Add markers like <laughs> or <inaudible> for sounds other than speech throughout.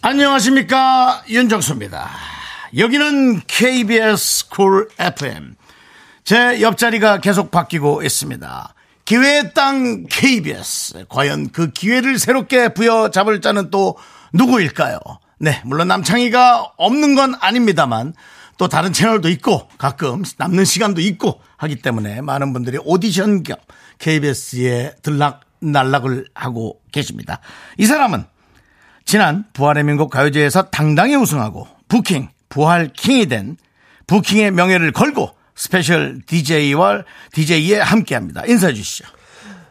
안녕하십니까 윤정수입니다. 여기는 KBS 쿨 FM. 제 옆자리가 계속 바뀌고 있습니다. 기회의 땅 KBS. 과연 그 기회를 새롭게 부여잡을 자는 또 누구일까요? 네, 물론 남창희가 없는 건 아닙니다만 또 다른 채널도 있고 가끔 남는 시간도 있고 하기 때문에 많은 분들이 오디션 겸 KBS에 들락 날락을 하고 계십니다. 이 사람은 지난 부활의 민국 가요제에서 당당히 우승하고 부킹, 부활 킹이 된 부킹의 명예를 걸고 스페셜 DJ와 DJ에 함께 합니다. 인사해 주시죠.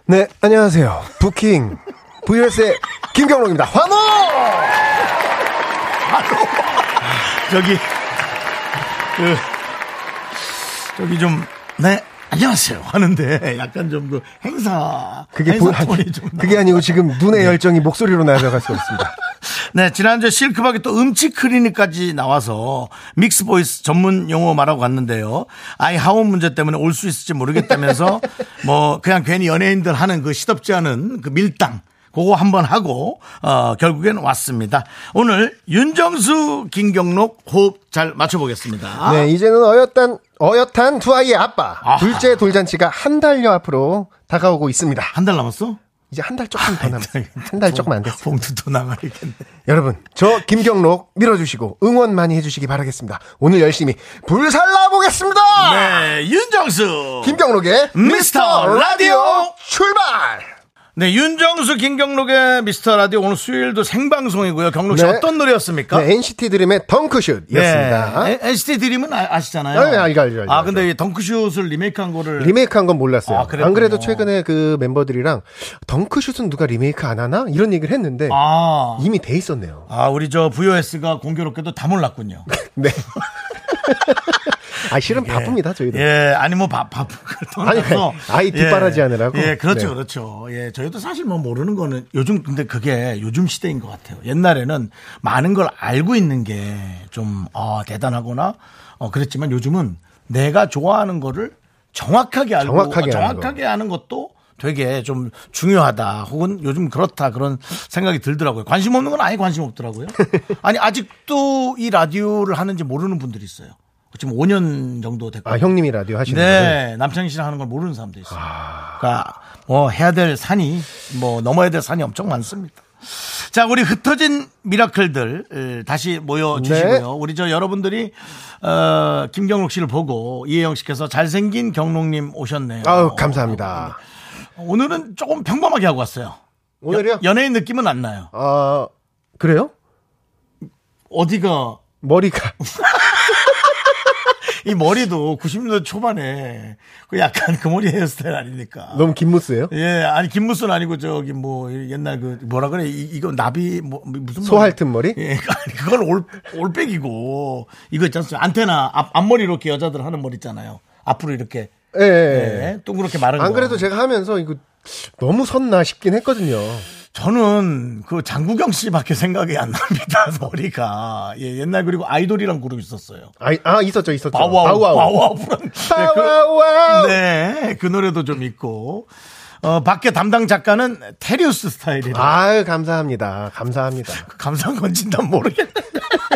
네, 안녕하세요. 부킹 VS의 김경록입니다. 환호! 저기, 그, 저기 좀, 네, 안녕하세요. 하는데 약간 좀 그 행사. 그게 행사 본, 아니, 네. 톤이 좀 그게 나와. 아니고 지금 눈의 열정이 목소리로 나아갈 수가 없습니다. 네, 지난주에 실크박이 또 음치 클리닉까지 나와서 믹스 보이스 전문 용어 말하고 갔는데요. 아이 하원 문제 때문에 올 수 있을지 <laughs> 모르겠다면서 뭐 그냥 괜히 연예인들 하는 그 시덥지 않은 그 밀당 그거 한번 하고 어 결국엔 왔습니다. 오늘 윤정수 김경록 호흡 잘 맞춰보겠습니다. 네, 이제는 어엿한, 어엿한 두 아이의 아빠. 아하. 둘째 돌잔치가 한 달여 앞으로 다가오고 있습니다. 한 달 남았어? 이제 한 달 조금 더 남았어요. 한 달 조금 안 됐어요. 봉투도 나가야겠네. 여러분, 저 김경록 밀어주시고 응원 많이 해주시기 바라겠습니다. 오늘 열심히 불살라보겠습니다! 네, 윤정수 아! 김경록의 미스터 라디오 출발! 네, 윤정수 김경록의 미스터 라디오 오늘 수요일도 생방송이고요. 경록 씨 네. 어떤 노래였습니까? 네, NCT 드림의 덩크슛이었습니다. 네, 에- NCT 드림은 아, 아시잖아요. 아, 네, 알죠, 알죠, 알죠. 아, 근데 이 덩크슛을 리메이크한 거를 리메이크한 건 몰랐어요. 아, 그랬군요. 안 그래도 최근에 그 멤버들이랑 덩크슛은 누가 리메이크 안 하나 이런 얘기를 했는데 아, 이미 돼 있었네요. 아, 우리 저 VOS가 공교롭게도 다 몰랐군요. 네. 아 실은 바쁩니다 저희도. 예, 아니 뭐 바, 바쁜 <laughs> 걸 아니, 떠나서 아이 뒷바라지 예, 하느라고? 예, 그렇죠, 네. 그렇죠. 예, 저희도 사실 뭐 모르는 거는 요즘 근데 그게 요즘 시대인 것 같아요. 옛날에는 많은 걸 알고 있는 게 좀 어, 대단하거나 어, 그랬지만 요즘은 내가 좋아하는 거를 정확하게 알고 정확하게 어, 아는 거. 정확하게 하는 것도 되게 좀 중요하다 혹은 요즘 그렇다 그런 생각이 들더라고요. 관심 없는 건 아예 관심 없더라고요. <laughs> 아니 아직도 이 라디오를 하는지 모르는 분들이 있어요. 지금 5년 정도 됐고 아 형님이 라디오 하시는 네. 아. 네, 남창희 씨랑 하는 걸 모르는 사람도 있어요. 그러니까 뭐 해야 될 산이 뭐 넘어야 될 산이 엄청 많습니다. 자, 우리 흩어진 미라클들 을, 다시 모여 주시고요. 네. 우리 저 여러분들이 어, 김경록 씨를 보고 이혜영 씨께서 잘생긴 경록님 오셨네요. 아우 감사합니다. 오늘은 조금 평범하게 하고 왔어요. 오늘요? 여- 연예인 느낌은 안 나요. 아 그래요? 어디가 머리가 <laughs> 이 머리도 90년대 초반에 그 약간 그 머리 헤어스타일 아닙니까? 너무 긴 무스예요? 예, 아니 김무순 아니고 저기 뭐 옛날 그 뭐라 그래 이, 이거 나비 뭐 무슨 소할튼 머리? 예, <laughs> 아니, 그건 올 올백이고 이거 있지 않습니까? 안테나 앞, 앞머리 이렇게 여자들 하는 머리 있잖아요. 앞으로 이렇게 예. 예. 예, 동그랗게 마른 안 거. 그래도 제가 하면서 이거 너무 섰나 싶긴 했거든요. 저는 그 장구경 씨밖에 생각이 안 납니다 <laughs> 머리가 예, 옛날 그리고 아이돌이란 그룹 있었어요. 아, 아 있었죠 있었죠. 바우아우 바우아우. 바우아우란 예, 그- 바우아우. 네, 그 노래도 좀 있고. 어, 밖에 담당 작가는 테리우스 스타일이라. 아유 감사합니다. 감사합니다. 감상 건진다 모르겠는데. <laughs>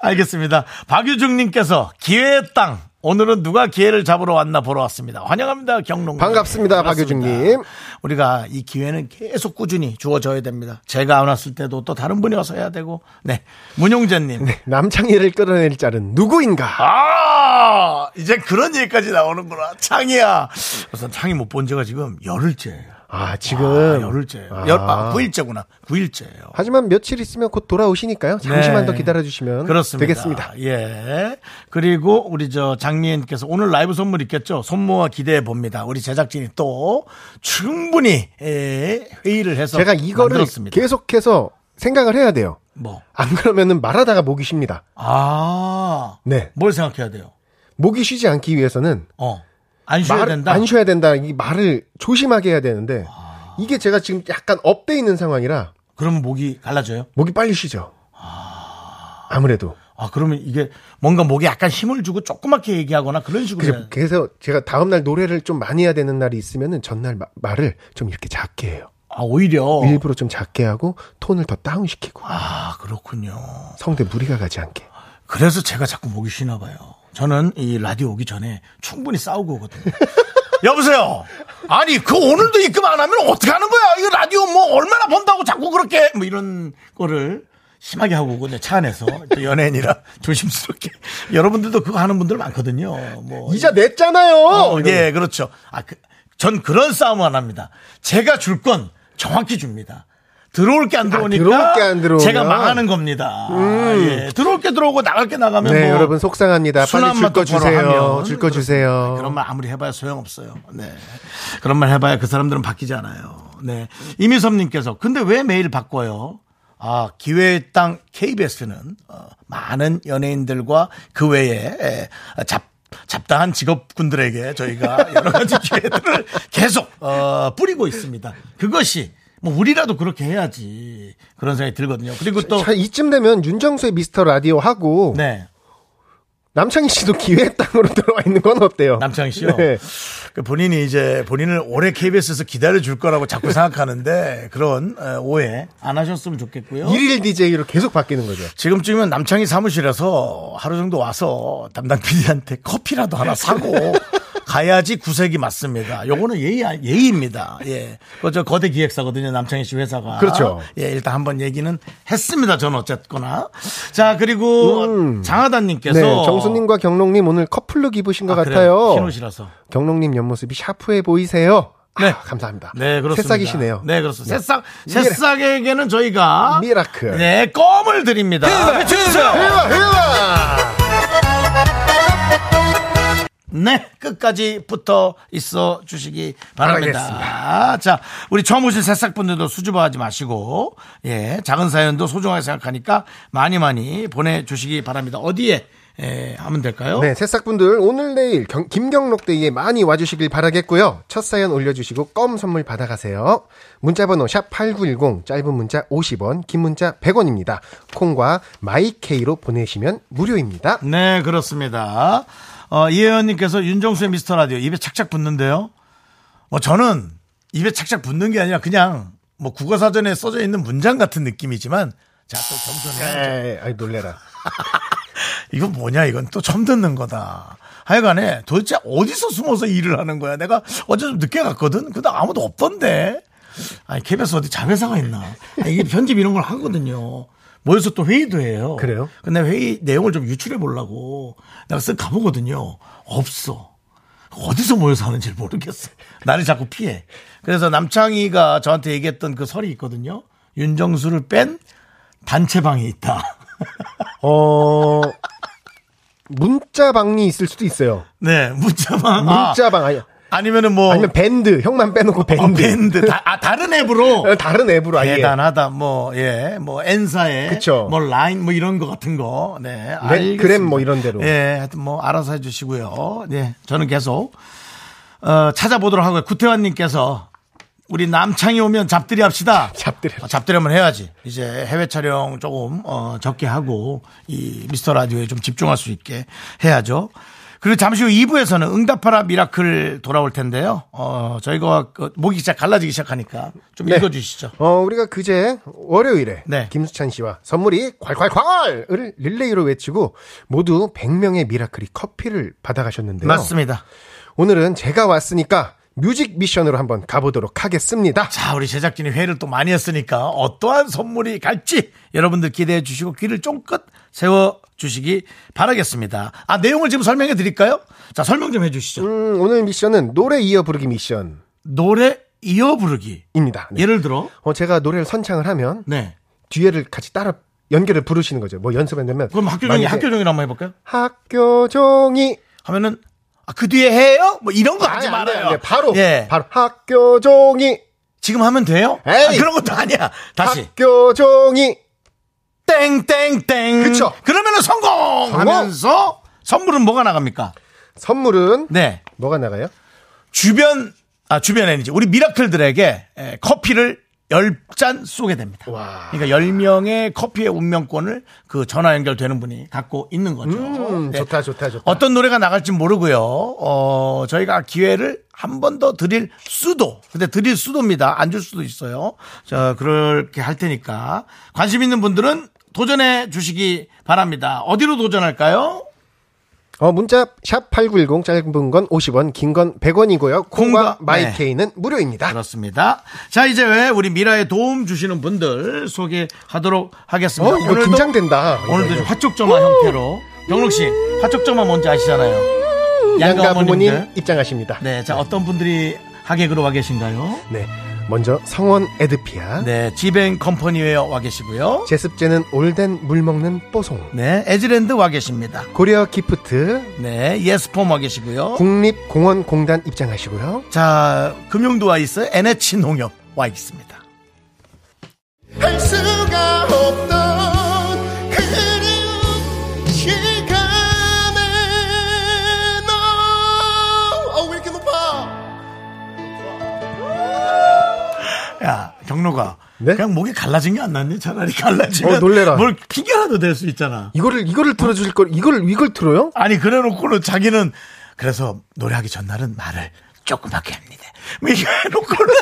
알겠습니다. 박유중님께서 기회의 땅. 오늘은 누가 기회를 잡으러 왔나 보러 왔습니다. 환영합니다, 경롱. 반갑습니다, 박유중님. 우리가 이 기회는 계속 꾸준히 주어져야 됩니다. 제가 안 왔을 때도 또 다른 분이 와서 해야 되고. 네, 문용재님. 네. 남창희를 끌어낼 자는 누구인가? 아, 이제 그런 얘기까지 나오는구나. 창이야. 우선 창이 못 본 지가 지금 열흘째예요. 아 지금 아, 열흘째. 아. 열, 아, 9일째구나. 9일째예요. 하지만 며칠 있으면 곧 돌아오시니까요. 잠시만 네. 더 기다려주시면 그렇습니다. 되겠습니다. 예. 그리고 우리 저 장미연께서 오늘 라이브 선물 있겠죠? 손모아 기대해 봅니다. 우리 제작진이 또 충분히 예, 회의를 해서 제가 이거를 만들었습니다. 계속해서 생각을 해야 돼요. 뭐. 안 그러면은 말하다가 목이 쉽니다. 아. 네. 뭘 생각해야 돼요? 목이 쉬지 않기 위해서는 어. 안 쉬어야 말- 된다. 안 쉬어야 된다. 이 말을 조심하게 해야 되는데 아. 이게 제가 지금 약간 업돼 있는 상황이라 그러면 목이 갈라져요? 목이 빨리 쉬죠. 아무래도. 아, 그러면 이게 뭔가 목에 약간 힘을 주고 조그맣게 얘기하거나 그런 식으로. 그래서, 해야- 그래서 제가 다음날 노래를 좀 많이 해야 되는 날이 있으면은 전날 마- 말을 좀 이렇게 작게 해요. 아, 오히려. 일부러 좀 작게 하고 톤을 더 다운시키고 아, 그렇군요. 성대 무리가 가지 않게. 그래서 제가 자꾸 목이 쉬나 봐요. 저는 이 라디오 오기 전에 충분히 싸우고 오거든요. 여보세요. 아니 그 오늘도 입금 안 하면 어떻게 하는 거야? 이거 라디오 뭐 얼마나 본다고 자꾸 그렇게 뭐 이런 거를 심하게 하고 오거든요. 차 안에서 또 연예인이라 <laughs> 조심스럽게 여러분들도 그거 하는 분들 많거든요. 뭐 어, 이자 냈잖아요. 어, 예, 그렇죠. 아, 그, 전 그런 싸움을 안 합니다. 제가 줄 건 정확히 줍니다. 들어올 게 안 들어오니까 아, 들어올 게안 들어오면. 음. 제가 망하는 겁니다. 예, 들어올 게 들어오고 나갈 게 나가면 네, 뭐 여러분 속상합니다. 빨리 줄 거 주세요. 줄 거 주세요. 네, 그런 말 아무리 해봐야 소용없어요. 네. 그런 말 해봐야 그 사람들은 바뀌지 않아요. 네. 이미섭님께서 근데 왜 매일 바꿔요? 아, 기회의 땅 KBS는 어, 많은 연예인들과 그 외에 에, 잡 잡다한 직업군들에게 저희가 여러 가지 기회들을 계속 어, 뿌리고 있습니다. 그것이 뭐 우리라도 그렇게 해야지 그런 생각이 들거든요. 그리고 또 자, 이쯤 되면 윤정수의 미스터 라디오 하고 네. 남창희 씨도 기회의 <laughs> 땅으로 들어와 있는 건 어때요? <laughs> 남창희 씨요? 네. 그 본인이 이제 본인을 오래 KBS에서 기다려줄 거라고 자꾸 생각하는데 그런 에, 오해 안 하셨으면 좋겠고요. 일일 DJ로 계속 바뀌는 거죠. 지금쯤이면 남창희 사무실에서 하루 정도 와서 담당 PD한테 커피라도 하나 <laughs> 사고 가야지 구색이 맞습니다. 요거는 예의, 아니- 예의입니다. 예. 그저 거대 기획사거든요. 남창희 씨 회사가. 그렇죠. 예, 일단 한번 얘기는 했습니다. 저는 어쨌거나. 자, 그리고 장하단님께서. 네, 정수님과 경록님 오늘 커플룩 입으신 것 아, 그래요. 같아요. 흰 옷이라서. 경록님 옆모습이 샤프해 보이세요. 네. 아, 감사합니다. 네, 그렇습니다. 새싹이시네요. 네, 그렇습니다. 네. 새싹, 새싹에게는 저희가 미라클. 네, 껌을 드립니다. 해봐, 해봐. 네, 끝까지 붙어 있어 주시기 바랍니다. 자, 우리 처음 오신 새싹분들도 수줍어하지 마시고, 예, 작은 사연도 소중하게 생각하니까 많이 많이 보내주시기 바랍니다. 어디에 예, 하면 될까요? 네, 새싹분들 오늘 내일 경- 김경록 데이에 많이 와주시길 바라겠고요. 첫 사연 올려주시고 껌 선물 받아가세요. 문자번호 샵 #8910 짧은 문자 50원, 긴 문자 100원입니다. 콩과 마이케이로 보내시면 무료입니다. 네, 그렇습니다. 어, 이혜연님께서 윤정수의 미스터 라디오 입에 착착 붙는데요. 뭐 저는 입에 착착 붙는 게 아니라 그냥 뭐 국어사전에 써져 있는 문장 같은 느낌이지만 자, 또 겸손해. 에이, 네, 아이 놀래라. 이건 뭐냐, 이건 또 처음 듣는 거다. 하여간에 도대체 어디서 숨어서 일을 하는 거야? 내가 어제 좀 늦게 갔거든? 근데 아무도 없던데. 아니, KBS 어디 자회사가 있나? 아, 이게 편집 이런 걸 하거든요. 모여서 또 회의도 해요. 그래요? 근데 회의 내용을 좀 유출해 보려고 내가 쓱 가보거든요. 없어. 어디서 모여서 하는지 를 모르겠어. 나를 자꾸 피해. 그래서 남창희가 저한테 얘기했던 그 설이 있거든요. 윤정수를 뺀 단체방이 있다. <laughs> 어 문자방이 있을 수도 있어요. 네, 문자방. 문자방 아니 아, 니면은뭐 아니면 밴드 형만 빼놓고 밴드. 어, 밴드. 다, 아, 다른 앱으로 어, 다른 앱으로 아예 대단하다. 뭐 예, 뭐 N사에 그쵸. 뭐 라인 뭐 이런 거 같은 거. 네. 랩, 그램 뭐 이런 데로. 예, 하여튼 뭐 알아서 해 주시고요. 네. 저는 계속 어, 찾아보도록 하고요. 구태환 님께서 우리 남창이 오면 잡들이 합시다. <laughs> 잡들이 합시다. 어, 잡들이 한번 해야지. 이제 해외 촬영 조금 어, 적게 하고 이 미스터 라디오에 좀 집중할 수 있게 해야죠. 그리고 잠시 후 2부에서는 응답하라 미라클 돌아올 텐데요. 어, 저희가 그 목이 시작 갈라지기 시작하니까 좀 네. 읽어주시죠. 어, 우리가 그제 월요일에 네. 김수찬 씨와 선물이 콸콸콸을 릴레이로 외치고 모두 100명의 미라클이 커피를 받아가셨는데요. 맞습니다. 오늘은 제가 왔으니까 뮤직 미션으로 한번 가보도록 하겠습니다. 자, 우리 제작진이 회의를 또 많이 했으니까 어떠한 선물이 갈지 여러분들 기대해 주시고 귀를 쫑긋 세워 주시기 바라겠습니다. 아, 내용을 지금 설명해 드릴까요? 자, 설명 좀 해 주시죠. 음, 오늘 미션은 노래 이어 부르기 미션입니다. 노래 이어 부르기. 네. 예를 들어, 어, 제가 노래를 선창을 하면 네. 뒤에를 같이 따라 연결을 부르시는 거죠. 뭐 연습한다면 그럼 학교 종이, 만약에 학교 종이 한번 해볼까요? 학교 종이 하면은, 아, 그 뒤에 해요? 뭐 이런 거 하지 아니, 안 돼, 안 말아요. 돼. 바로 예. 바로 학교 종이 지금 하면 돼요? 에이. 아, 그런 것도 아니야. 다시. 학교 종이 땡땡땡. 그쵸. 그러면은 성공! 성공! 하면서 선물은 뭐가 나갑니까? 선물은 네. 뭐가 나가요? 주변, 아, 주변 애니지. 우리 미라클들에게 에, 커피를 10잔 쏘게 됩니다. 와. 그러니까 10명의 커피의 운명권을 그 전화 연결되는 분이 갖고 있는 거죠. 음, 네. 좋다 좋다 좋다. 어떤 노래가 나갈지 모르고요. 어, 저희가 기회를 한 번 더 드릴 수도. 근데 드릴 수도입니다. 안 줄 수도 있어요. 자, 그렇게 할 테니까. 관심 있는 분들은 도전해 주시기 바랍니다. 어디로 도전할까요? 어, 문자 샵 8910 짧은 건 50원, 긴 건 100원이고요. 콩과 콩과- 네. 마이케이는 무료입니다. 그렇습니다. 자, 이제 왜 우리 미라에 도움 주시는 분들 소개하도록 하겠습니다. 어, 이거 긴장된다. 이거, 오늘도 이거. 좀 화촉점화 형태로. 경록 씨, 화촉점화 뭔지 아시잖아요. 양가 양가 부모님 어머님들. 입장하십니다. 네, 자, 어떤 분들이 하객으로 와 계신가요? 네. 먼저 성원 에드피아. 네, 지뱅 컴퍼니웨어 와 계시고요. 제습제는 올덴 물 먹는 뽀송. 네, 에즈랜드 와 계십니다. 고려 기프트. 네, 예스폼 와 계시고요. 국립공원공단 입장하시고요. 자, 금융도 와 있어요. NH 농협 와 있습니다. 할 수가 없던 그리운 시간에 너 어, 왜 이렇게 높아? 야, 경로가. 네? 그냥 목이 갈라진 게 안 낫니? 차라리 갈라지면 어, 놀래라. 뭘 핑계라도 될 수 있잖아. 이거를 이거를 틀어줄 걸 이걸 이걸 틀어요? 아니, 그래 놓고는 자기는 그래서 노래하기 전날은 말을 조그맣게 합니다. 뭐 이거 해놓고는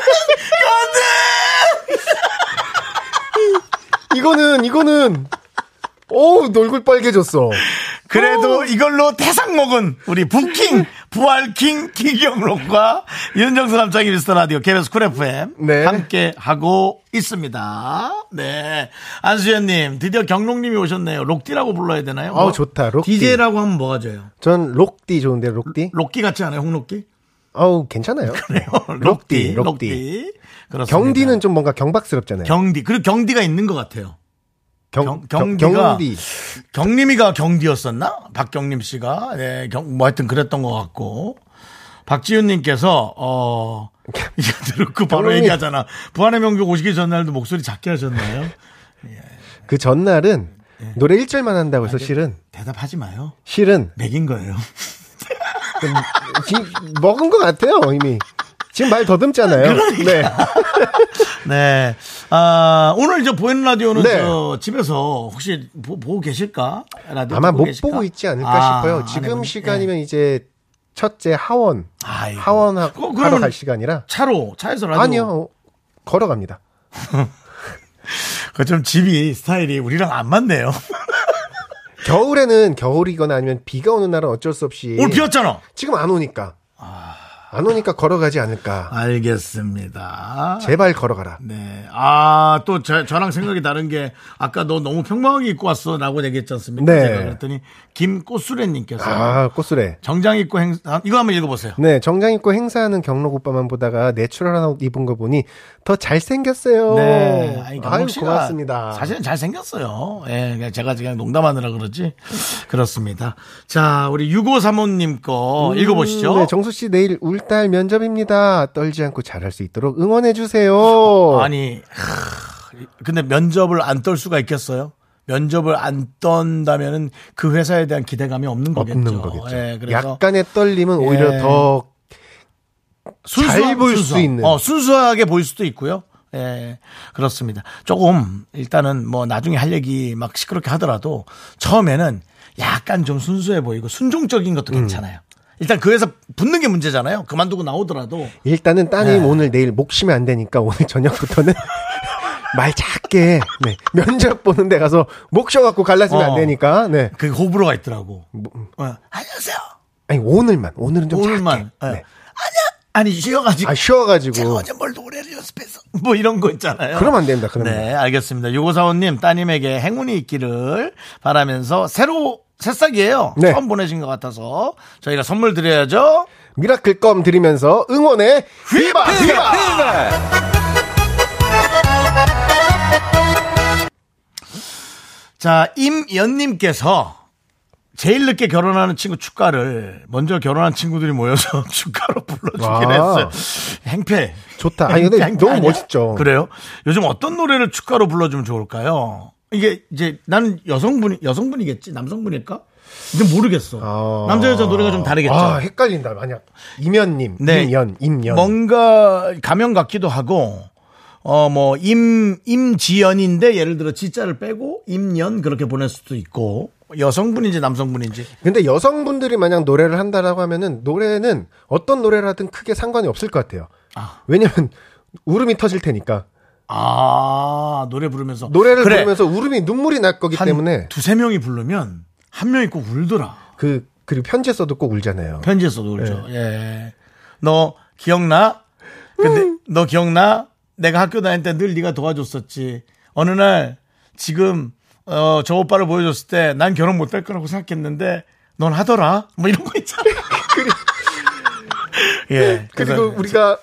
안 <laughs> 돼! 이거는 이거는 어우 얼굴 빨개졌어. 그래도 이걸로 태상 먹은 우리 부킹 부활킹 김경록과 윤정수 남창희 미스터 라디오 KBS 쿨 FM 네. 함께 하고 있습니다. 네 안수현님 드디어 경록님이 오셨네요. 록디라고 불러야 되나요? 아우, 좋다, 록디. DJ라고 하면 뭐가 져요? 전 록디 좋은데 록디? 록기 같지 않아요? 홍록기? 아우 괜찮아요. <laughs> 그래요. 네. 록디, 록디. 그렇습니다. 경디는 좀 뭔가 경박스럽잖아요. 경디 그리고 경디가 있는 것 같아요. 경- 경디가- 디 경림이가 경디였었나? 박경림 씨가 네, 경, 뭐 하여튼 그랬던 것 같고 박지윤님께서 어 <laughs> 이거 들었고 바로 경림이- 얘기하잖아. 부안의 명곡 오시기 전날도 목소리 작게 하셨나요? 그 전날은 예. 노래 1절만 한다고 해서 실은 대답하지 마요. 실은 맥인 거예요. <laughs> 좀 지- 먹은 것 같아요 이미. 지금 말 더듬잖아요. 그러니까. 네. 네. 아, 오늘 저 보이는 라디오는 네. 저 집에서 혹시 보, 고 계실까? 라디오 아마 듣고 못 계실까? 보고 있지 않을까 아, 싶어요. 안 지금 해본- 예. 시간이면 이제 첫째 하원 아이고. 하원하고 어, 하러 그러면 갈 시간이라 차로 차에서 라디오 아니요 어, 걸어갑니다. 그 좀 집이 스타일이 우리랑 안 맞네요. 겨울에는 겨울이거나 아니면 비가 오는 날은 어쩔 수 없이 오늘 비었잖아. 지금 안 오니까 아. 안 오니까 걸어가지 않을까. 알겠습니다. 제발 걸어가라. 아. 네. 아, 또 저, 저랑 생각이 다른 게 아까 너 너무 평범하게 입고 왔어 라고 얘기했지 않습니까? 네. 제가 그랬더니 김꽃수레님께서 아 꽃수레. 정장 입고 행, 아, 이거 한번 읽어보세요. 네 정장 입고 행사하는 경록 오빠만 보다가 내추럴한 옷 입은 거 보니 더 잘생겼어요. 네. 아니, 아유 경록 씨가 고맙습니다. 사실은 잘생겼어요. 예, 그냥 제가 그냥 농담하느라 그러지. 그렇습니다. 자, 우리 6535님 거 읽어보시죠. 음, 네, 정수 씨 내일 울딸 면접입니다. 떨지 않고 잘할 수 있도록 응원해 주세요. 아니, 하, 근데 면접을 안 떨 수가 있겠어요? 면접을 안 떤다면은 그 회사에 대한 기대감이 없는 거겠죠. 없는 거겠죠. 예, 그래서 약간의 떨림은 오히려 예. 더 순수한- 잘 보일 수 순수한. 있는. 어, 순수하게 보일 수도 있고요. 예, 그렇습니다. 조금 일단은 뭐 나중에 할 얘기 막 시끄럽게 하더라도 처음에는 약간 좀 순수해 보이고 순종적인 음. 것도 괜찮아요. 일단 그 회사 붙는 게 문제잖아요. 그만두고 나오더라도 일단은 네. 따님 오늘 내일 목 쉬면 안 되니까 오늘 저녁부터는 <laughs> 말 작게 네, 면접 보는 데 가서 목 쉬어갖고 갈라지면 어. 안 되니까 네 그 호불호가 있더라고. 어, 안녕하세요. 아니 오늘만 오늘은 뭐, 음. 좀 오늘만 예. 작게 네. 아니 아니 쉬어가지고 제가 아 쉬어가지고 어제 뭘 노래를 연습해서 <laughs> 뭐 이런 거 있잖아요. 그러면 안 됩니다 그러면 네, 알겠습니다. 6545님 따님에게 행운이 있기를 바라면서 새로 새싹이에요. 네. 처음 보내신 것 같아서 저희가 선물 드려야죠. 미라클 껌 드리면서 응원해 휘바 휘바 자, 임연님께서 제일 늦게 결혼하는 친구 축가를 먼저 결혼한 친구들이 모여서 <laughs> 축가로 불러주긴 와. 했어요. 행패. 좋다. 아니, 근데 행패 너무 아니야? 멋있죠. 그래요? 요즘 어떤 노래를 축가로 불러주면 좋을까요? 이게 이제 나는 여성분 여성분이겠지 남성분일까? 근데 모르겠어. 아. 남자 여자 노래가 좀 다르겠죠. 아, 헷갈린다. 만약 임연님, 네. 임연, 임연. 뭔가 가명 같기도 하고 어 뭐 임 임지연인데 예를 들어 지자를 빼고 임연 그렇게 보낼 수도 있고 여성분인지 남성분인지 근데 여성분들이 만약 노래를 한다라고 하면은 노래는 어떤 노래를 하든 크게 상관이 없을 것 같아요. 왜냐면 울음이 터질 테니까 아 노래 부르면서 노래를 그래, 부르면서 울음이 눈물이 날 거기 한 때문에 두세 명이 부르면 한 명이 꼭 울더라 그 그리고 편지에 써도 꼭 울잖아요. 편지에서도 울죠 네. 예. 예너 기억나 근데 음. 너 기억나 내가 학교 다닐 때 늘 네가 도와줬었지 어느 날 지금 어 저 오빠를 보여줬을 때 난 결혼 못 할 거라고 생각했는데 넌 하더라 뭐 이런 거 <laughs> 있잖아 예 그리고 그래서 어. 우리가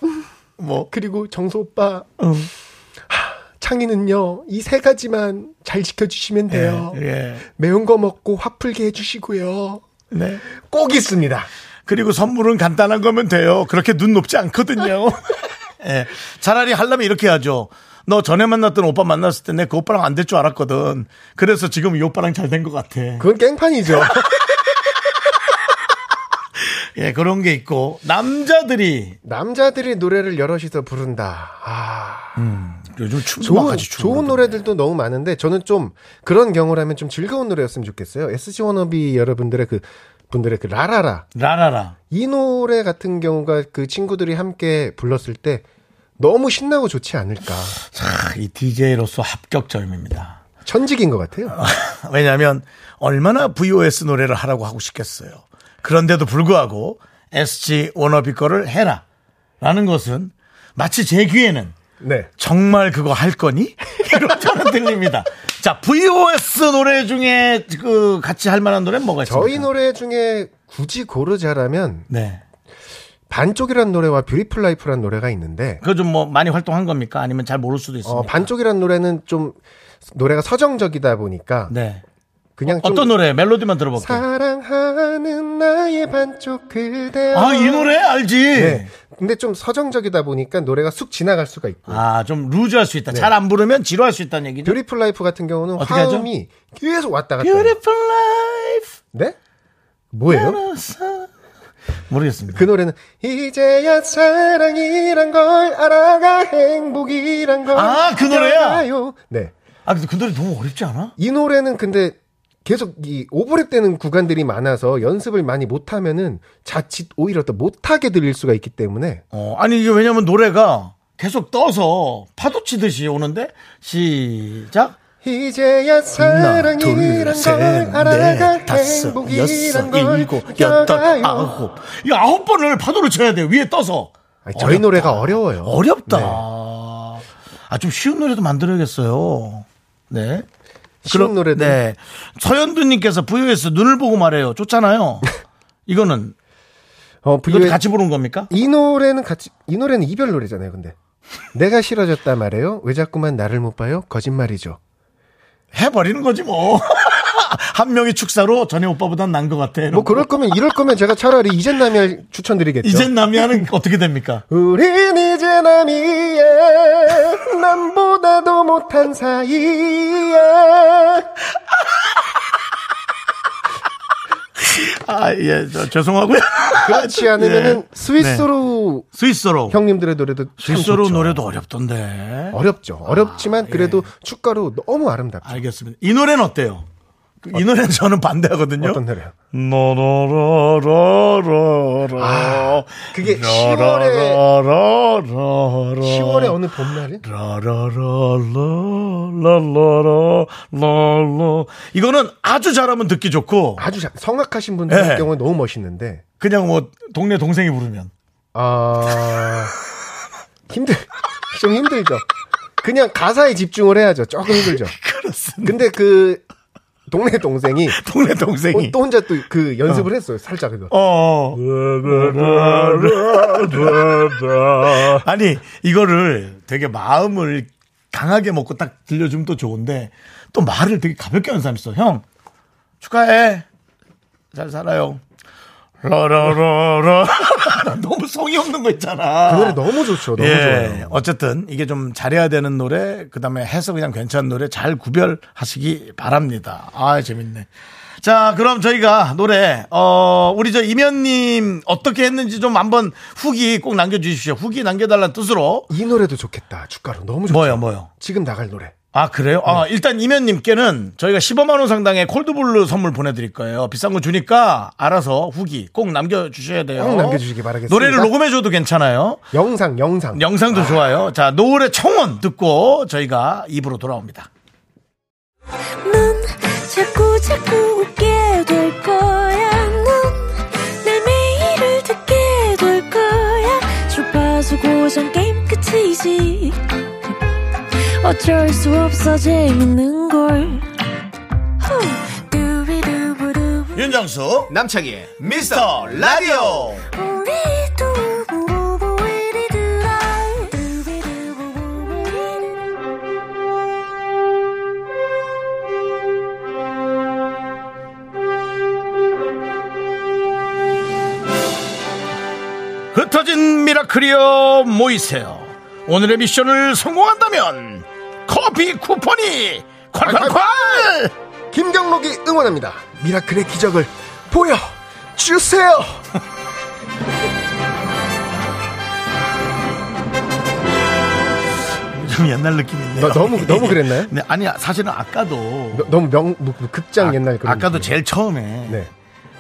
뭐 그리고 정소 오빠 하, 창이는요 이 세 가지만 잘 지켜주시면 돼요. 예. 매운 거 먹고 화풀게 해주시고요. 네. 꼭 있습니다. 그리고 선물은 간단한 거면 돼요. 그렇게 눈 높지 않거든요. <laughs> 예. 차라리 하려면 이렇게 하죠. 너 전에 만났던 오빠 만났을 때 내 그 오빠랑 안 될 줄 알았거든. 그래서 지금 이 오빠랑 잘 된 것 같아. 그건 <laughs> 깽판이죠. 예, 그런 게 있고. 남자들이 남자들이 노래를 여럿이서 부른다. 아, 요즘 춤도 막 좋은, 같이 추고 좋은 그러던데. 노래들도 너무 많은데 저는 좀 그런 경우라면 좀 즐거운 노래였으면 좋겠어요. SG 워너비 여러분들의 그 분들의 그 라라라 라라라. 이 노래 같은 경우가 그 친구들이 함께 불렀을 때 너무 신나고 좋지 않을까. 자, 이 DJ로서 합격점입니다. <laughs> 천직인 것 같아요. 왜냐하면 얼마나 VOS 노래를 하라고 하고 싶겠어요. 그런데도 불구하고 SG 워너비 거를 해라. 라는 것은 마치 제 귀에는 네. 정말 그거 할 거니? <laughs> 이런 저는 들립니다. 자, VOS 노래 중에 그 같이 할 만한 노래 뭐가 있습니까? 저희 노래 중에 굳이 고르자라면 네. 반쪽이란 노래와 뷰티풀 라이프란 노래가 있는데 그거 좀 뭐 많이 활동한 겁니까? 아니면 잘 모를 수도 있습니다. 어, 반쪽이란 노래는 좀 노래가 서정적이다 보니까 네. 그냥 좀 어떤 노래? 멜로디만 들어볼게요. 아, 사랑하는 네. 나의 반쪽 그대. 아, 이 노래 알지? 네. 근데 좀 서정적이다 보니까 노래가 쑥 지나갈 수가 있고. 아, 좀 루즈할 수 네. 있다. 잘 안 부르면 지루할 수 있다는 얘기죠. 뷰티풀 라이프 같은 경우는 어떻게 하죠? 화음이 계속 왔다 갔다. 해요. Beautiful 네, life. 네? 뭐예요? 모르겠습니다. 그 노래는 이제야 사랑이란 걸 알아가 행복이란 걸. 아, 그 노래야? 알아요. 네. 아, 근데 그 노래 너무 어렵지 않아? 이 노래는 근데 계속 이 오버랩 되는 구간들이 많아서 연습을 많이 못 하면은 자칫 오히려 더 못하게 들릴 수가 있기 때문에 어, 아니 이게 왜냐면 노래가 계속 떠서 파도 치듯이 오는데 시작. 이제야 하나, 사랑이란 둘, 걸 아, 셋, 알아가 넷, 다섯, 행복이란 여섯, 걸 일곱, 여덟, 아 아홉. 이 아홉 번을 파도를 쳐야 돼. 위에 떠서. 저희 어렵- 노래가 어려워요. 어렵다. 네. 아, 좀 쉬운 노래도 만들어야겠어요. 네. 쉬운 그럼- 노래들. 네. 서현두님께서 VOS 눈을 보고 말해요. <laughs> 좋잖아요. 이거는 어, 이것도 VOS 같이 부른 겁니까? 이 노래는 같이 이 노래는 이별 노래잖아요. 근데 내가 싫어졌다 말해요. 왜 자꾸만 나를 못 봐요? 거짓말이죠. 해버리는 거지 뭐. <laughs> 한 명이 축사로 전에 오빠보단 난 것 같아. 뭐 그럴 거면 이럴 거면 제가 차라리 이젠 남이 추천드리겠죠. 이젠 남이 하는 게 어떻게 됩니까? 우린 이제 남이야 남보다도 못한 사이야 아, 예, 저, 죄송하고요. 그렇지 않으면은 <laughs> 네. 스위스로 스위스로. 형님들의 노래도 참 어. 스위스로 좋죠. 노래도 아, 예. 어렵던데. 어렵죠 어렵지만 그래도 축가로 너무 아름답죠 알겠습니다. 이 노래는 어때요? 그이 노래는 저는 반대하거든요. 어떤 노래요? 노로로로로로. 아, 그게 10월에 10월의 어느 봄날에 그- 라라라라라라라라라 이거는 아주 잘하면 듣기 좋고 아주 자- 성악하신 분들 네. 의 경우에 너무 멋있는데 그냥 뭐 동네 동생이 부르면 아 힘들 <laughs> 좀 힘들죠 그냥 가사에 집중을 해야죠 조금 힘들죠 <laughs> 그렇습니다. 근데 그 동네 동생이 동네 동생이 어, 또 혼자 또 그 연습을 했어요. 살짝 그거. 어. 어. 아니, 이거를 되게 마음을 강하게 먹고 딱 들려주면 또 좋은데, 또 말을 되게 가볍게 하는 사람 있어. 형, 축하해. 잘 살아요. <laughs> 라라라라. 너무 성의 없는 거 있잖아. 그 노래 너무 좋죠. 예. 너무 좋아요. 어쨌든 이게 좀 잘해야 되는 노래, 그 다음에 해서 그냥 괜찮은 노래 잘 구별하시기 바랍니다. 아, 재밌네. 자, 그럼 저희가 노래, 어, 우리 저 이면님 어떻게 했는지 좀 한번 후기 꼭 남겨주십시오. 후기 남겨달라는 뜻으로. 이 노래도 좋겠다. 주가로 너무 좋죠. 뭐요, 뭐요? 지금 나갈 노래. 아, 그래요? 아, 네. 일단 이면님께는 저희가 15만원 상당의 콜드블루 선물 보내드릴 거예요. 비싼 거 주니까 알아서 후기 꼭 남겨주셔야 돼요. 꼭 남겨주시기 바라겠습니다. 노래를 녹음해줘도 괜찮아요. 영상, 영상. 영상도 좋아요. 자, 노을의 청원 듣고 저희가 입으로 돌아옵니다. 넌 자꾸 자꾸 웃게 될 거야. 넌내 매일을 듣게 될 거야. 주파수 고정 게임 끝이지. 어쩔 수 없어 재밌는 걸. 후. 두비두부두. 윤정수, 남창희, 미스터 라디오. 우리 두부부부 우리들아. 두비두부부 우리들. 흩어진 미라클이여 모이세요. 오늘의 미션을 성공한다면 커피 쿠폰이 콸콸콸! 김경록이 응원합니다. 미라클의 기적을 보여주세요. 좀 옛날 느낌이 있네요. 너- 너무- 너무 그랬나요? 네, 아니 사실은 아까도 너- 너무 명, 뭐, 뭐 극장 옛날 그런. 아, 까도 느낌. 제일 처음에 네.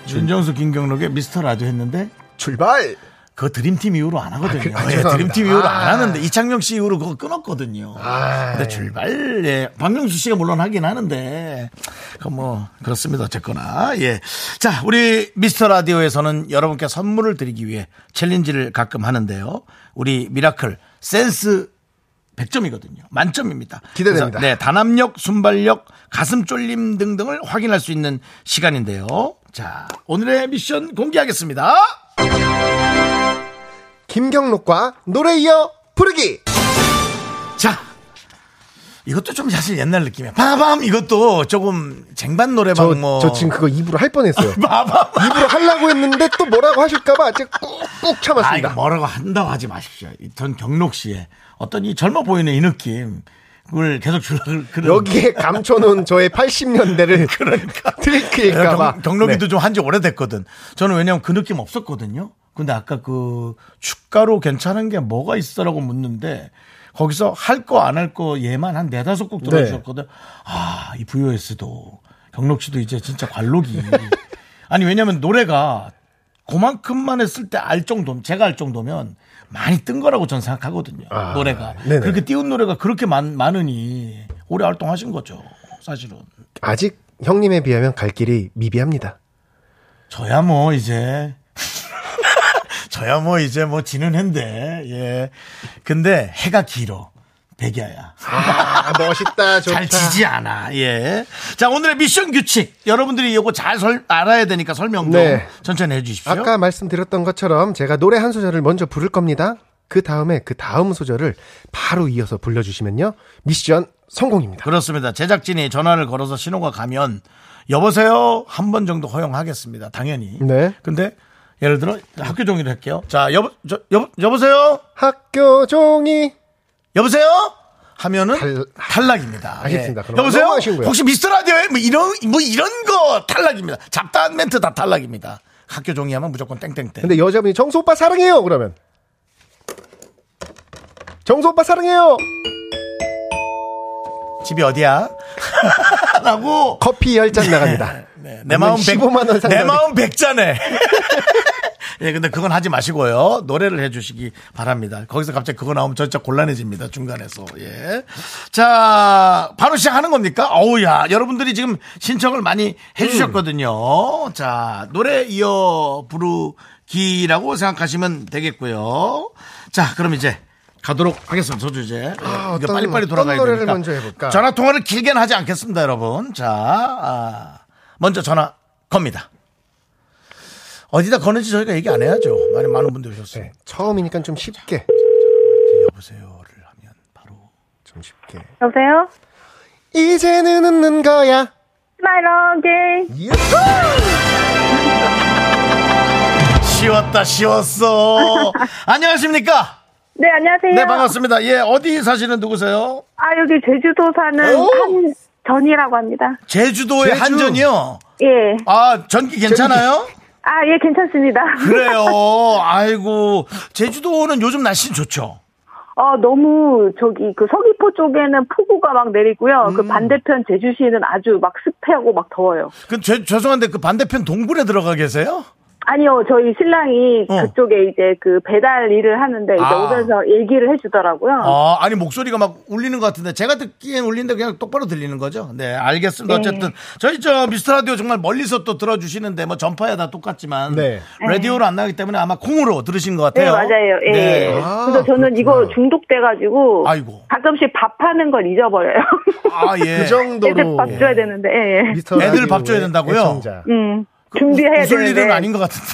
윤정수 김경록의 미스터 라디오 했는데 출발! 그거 드림팀 이후로 안 하거든요. 아, 그- 아, 예, 죄송합니다. 드림팀 이후로 아. 안 하는데 이창용 씨 이후로 그거 끊었거든요. 아, 근데 출발 예. 박명수 씨가 물론 하긴 하는데 그뭐 그렇습니다. 어쨌거나 예. 자, 우리 미스터 라디오에서는 여러분께 선물을 드리기 위해 챌린지를 가끔 하는데요. 우리 미라클 센스 100점이거든요. 만점입니다. 기대됩니다. 그래서, 네, 단합력, 순발력, 가슴 쫄림 등등을 확인할 수 있는 시간인데요. 자, 오늘의 미션 공개하겠습니다. 김경록과 노래 이어 부르기! 자. 이것도 좀 사실 옛날 느낌이야. 바밤 이것도 조금 쟁반 저, 노래방 뭐. 저 지금 그거 입으로 할 <laughs> 뻔했어요. 바밤. 입으로 하려고 했는데 또 뭐라고 하실까봐 아직 꾹꾹 아, 이거 참았습니다. 뭐라고 한다고 하지 마십시오. 이전 경록 씨의 어떤 이 젊어 보이는 이 느낌. 그걸 계속 주라 그런 여기에 감춰놓은 <laughs> 저의 80년대를 트리크일까봐. 그러니까. 네. 경, 경록이도 좀 한 지 오래됐거든. 저는 왜냐면 그 느낌 없었거든요. 근데 아까 그 축가로 괜찮은 게 뭐가 있어라고 묻는데 거기서 할 거 안 할 거 얘만 한 네다섯 곡 들어주셨거든. 아, 이 VOS도 경록 씨도 이제 진짜 <laughs> 관록이. 아니, 왜냐면 노래가 그만큼만 했을 때 알 정도면 제가 알 정도면 많이 뜬 거라고 저는 생각하거든요. 노래가. 아, 네네. 그렇게 띄운 노래가 그렇게 많, 많으니 오래 활동하신 거죠. 사실은. 아직 형님에 비하면 갈 길이 미비합니다. 저야 뭐 이제 <laughs> 저야 뭐 이제 뭐 지는 해인데 예 근데 해가 길어 백야야 아, 멋있다, 좋다. 잘 지지 않아 예자 오늘의 미션 규칙 여러분들이 이거 잘 설- 알아야 되니까 설명 좀 네. 천천히 해주십시오 아까 말씀드렸던 것처럼 제가 노래 한 소절을 먼저 부를 겁니다. 그 다음에 그 다음 소절을 바로 이어서 불러주시면요. 미션 성공입니다. 그렇습니다 제작진이 전화를 걸어서 신호가 가면 여보세요 한 번 정도 허용하겠습니다 당연히 네. 근데 예를 들어 학교 종이로 할게요 자 여보 저, 여보 여보세요 학교 종이. 여보세요? 하면은 탈- 탈락. 입니다 예. 알겠습니다. 그럼 여보세요? 너무 아쉬운 거예요. 혹시 미스터 라디오에 뭐 이런 뭐 이런 거 탈락입니다. 잡다한 멘트 다 탈락입니다. 학교 종이하면 무조건 땡땡땡. 근데 여자분이 정수 오빠 사랑해요. 그러면. 정수 오빠 사랑해요. 집이 어디야? <laughs> 라고 커피 열 잔 나갑니다. <laughs> 네, 내 마음 100, 15만 원 상당의 내 마음 100자네. <laughs> 예, 근데 그건 하지 마시고요. 노래를 해주시기 바랍니다. 거기서 갑자기 그거 나오면 저 진짜 곤란해집니다. 중간에서. 예. 자, 바로 시작하는 겁니까? 어우야. 여러분들이 지금 신청을 많이 해주셨거든요. 자, 노래 이어 부르기라고 생각하시면 되겠고요. 자, 그럼 이제 가도록 하겠습니다. 소주제. 아, 이거 어떤- 빨리빨리 어떤 돌아가야 되니까. 노래를 먼저 해볼까? 전화 통화를 길게는 하지 않겠습니다, 여러분. 자, 아, 먼저 전화 겁니다. 어디다 거는지 저희가 얘기 안 해야죠. 많이 많은 분들이 오셨어요. 네, 처음이니까 좀 쉽게. 여보세요를 하면 바로 좀 쉽게. 여보세요? 이제는 웃는 거야. 예, 스마일러게. 쉬웠다 <laughs> 쉬웠어. 안녕하십니까? 네, 안녕하세요. 네 반갑습니다. 예 어디 사시는 누구세요? 아, 여기 제주도 사는 오! 한전이라고 합니다. 제주도의 제주. 한전이요. 예. 아 전기 괜찮아요? <laughs> 아, 예, 괜찮습니다. 그래요. 아이고 제주도는 요즘 날씨는 좋죠. <laughs> 어, 너무 저기 그 서귀포 쪽에는 폭우가 막 내리고요. 그 음. 반대편 제주시는 아주 막 습해하고 막 더워요. 그 죄- 죄송한데 그 반대편 동굴에 들어가 계세요? 아니요, 저희 신랑이 어. 그쪽에 이제 그 배달 일을 하는데 이제 아. 오면서 얘기를 해주더라고요. 아, 아니 목소리가 막 울리는 것 같은데 제가 듣기엔 울린데 그냥 똑바로 들리는 거죠? 네, 알겠습니다. 어쨌든 저희 저 미스터 라디오 정말 멀리서 또 들어주시는데 뭐 전파야 다 똑같지만 네. 라디오로 안 나기 때문에 아마 콩으로 들으신 것 같아요. 네, 맞아요. 예. 네. 아, 그래서 저는 이거 중독돼가지고 아이고. 가끔씩 밥하는 걸 잊어버려요. 아, 예. <laughs> 그 애들 <laughs> 정도로 밥 줘야 되는데, 예, 예. 미스터 애들 라디오의 밥 줘야 된다고요? 애청자. 음, 준비해야 그 웃을 되는데. 일은 아닌 것 같은데.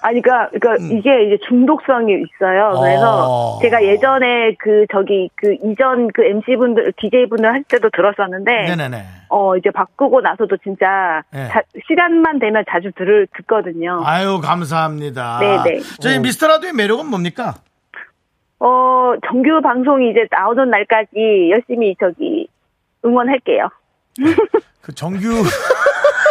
아니, 그러니까, 그니까, 그니까, 이게 이제 중독성이 있어요. 그래서 음. 어. 제가 예전에 그, 저기, 그, 이전 그 MC분들, DJ분들 할 때도 들었었는데, <laughs> 네네네. 어, 이제 바꾸고 나서도 진짜, 네. 자- 시간만 되면 자주 들을, 듣거든요. 아유, 감사합니다. 네, 네. 저희 미스터 라디오의 매력은 뭡니까? 어, 정규 방송이 이제 나오는 날까지 열심히 저기, 응원할게요. <laughs> 그 정규.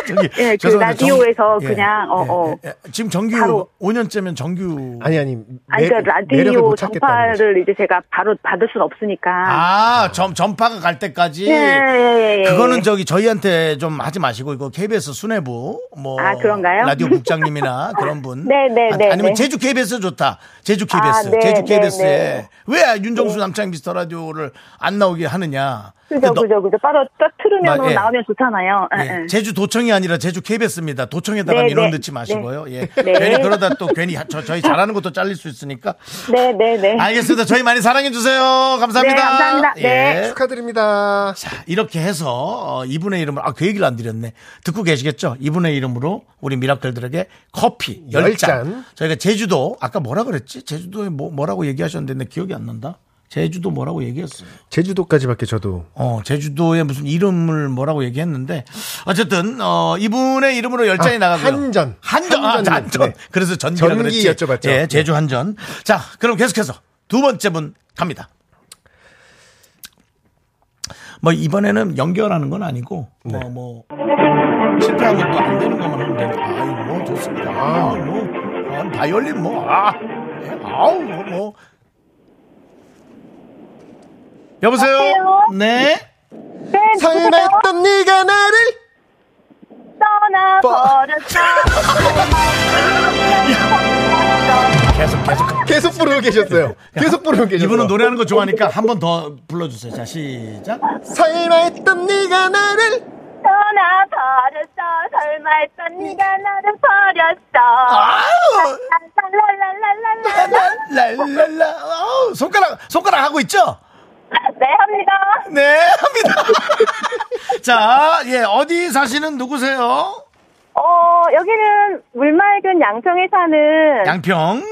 저기, 예, 그 죄송합니다. 정- 라디오에서 예, 그냥, 어, 예, 어. 예. 지금 정규 바로. 5년째면 정규 음. 아니 아니. 아니, 매- 그러니까 매력을 라디오 못 찾겠다는 거죠. 전파를 이제 제가 바로 받을 순 없으니까. 아, 점, 전파가 갈 때까지. 예, 예, 예, 예. 그거는 저기 저희한테 좀 하지 마시고 이거 KBS 수뇌부 뭐 아, 그런가요? 라디오 국장님이나 그런 분 <laughs> 네, 네, 아, 네, 아니면 네. 제주 KBS 좋다 제주 KBS 아, 네, 제주 네, KBS에 네. 왜 윤정수 남창 미스터 라디오를 안 나오게 하느냐 근데 그죠, 너- 그죠, 그죠. 바로 딱 틀으면 나- 예. 나오면 좋잖아요. 예, 예, 예. 제주 도청이 아니라 제주 KBS입니다. 도청에다가 네, 민원 네, 넣지 마시고요. 예. 네. 괜히 그러다 또 괜히 저, 저희 잘하는 것도 잘릴 수 있으니까. 네, 네, 네. 알겠습니다. 저희 많이 사랑해 주세요. 감사합니다. 네, 감사합니다. 네. 예. 축하드립니다. 자, 이렇게 해서 어, 이분의 이름으로 아, 그 얘기를 안 드렸네. 듣고 계시겠죠? 이분의 이름으로 우리 미라클들에게 커피 열 열 잔 잔. 저희가 제주도 아까 뭐라 그랬지? 제주도에 뭐, 뭐라고 얘기하셨는데 내 기억이 안 난다. 제주도 뭐라고 얘기했어요? 제주도까지밖에 저도 어, 제주도의 무슨 이름을 뭐라고 얘기했는데 어쨌든 어, 이분의 이름으로 열 잔이 아, 나가고요. 한전. 한전. 아, 한전이요. 한전. 네. 그래서 전기라 전기 그랬지. 여쭤봤죠. 네. 예, 제주 한전. 자, 그럼 계속해서 두 번째 분 갑니다. 뭐 이번에는 연결하는 건 아니고 뭐 네. 뭐 실패한 것도 안 되는 것만 하면 되는 아이 뭐 좋습니다 아이 뭐 아, 바이올린 뭐아 아우 뭐, 뭐 여보세요 네 설렜던 네가 나를 떠나버렸어. 뭐. 계속 계속 계속 부르고 계셨어요. 계속 부르고 계셨어요. 이분은 노래하는 거 좋아하니까 한 번 더 불러주세요 자 시작 설마했던 네가 나를 떠나버렸어. 설마 했던 네가 나를 버렸어. 아우 랄랄랄랄랄라. 랄랄라 아우 손가락 손가락 하고 있죠 네, 합니다. 네 합니다 <laughs> 자예 어디 사시는 누구세요 어, 여기는 물맑은 양평에 사는, 양평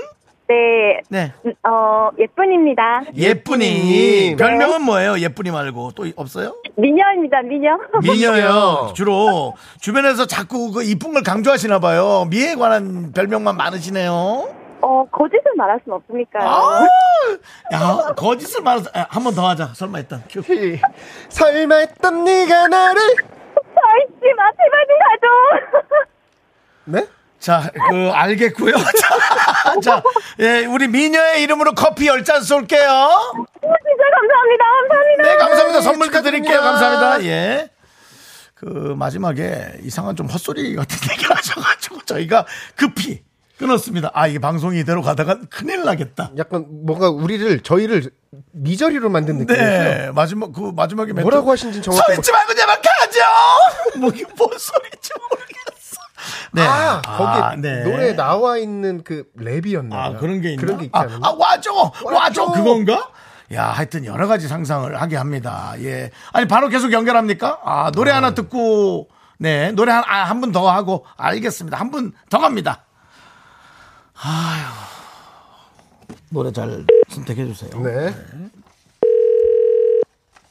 네, 네 음, 어, 예쁜입니다. 예쁜이 별명은 뭐예요? 예쁜이 말고 또 없어요? 미녀입니다, 미녀. 미녀요. 주로 주변에서 자꾸 그 이쁜 걸 강조하시나 봐요. 미에 관한 별명만 많으시네요. 어, 거짓을 말할 순 없으니까요. 아, 야 거짓을 말해서 아, 한 번 더 하자. 설마 일단 큐. 설마했던 네가 나를 잊지 마, 제발 <laughs> 좀 가줘. 네? 자, 그 알겠고요. <laughs> 자, 자, 예, 우리 미녀의 이름으로 커피 열 잔 쏠게요. 진짜 감사합니다, 감사합니다. 네, 감사합니다. 네, 선물 축하드립니다. 드릴게요. 감사합니다. 예. 그 마지막에 이상한 좀 헛소리 같은 <laughs> 얘기를 하셔가지고 저희가 급히 끊었습니다. 아 이게 방송이 이대로 가다간 큰일 나겠다. 약간 뭔가 우리를 저희를 미저리로 만든 느낌이에요. 네 마지막 그 마지막에 멘트. 뭐라고 하신지는 정확히 서 있지 말고 제발 가죠. <laughs> 뭐 이게 뭔 소리인지 모르겠어. 네. 아, 거기 아, 네. 노래 나와 있는 그 랩이었나요? 아 그런 게 있나? 그런 게 있지 아, 않나? 아, 와줘, 와줘 와줘. 그건가? 야, 하여튼 여러 가지 상상을 하게 합니다. 예, 아니 바로 계속 연결합니까? 아 노래 하나 듣고 네 노래 한한 분 더 하고 알겠습니다. 한 분 더 갑니다. 아휴 노래 잘 선택해 주세요. 네.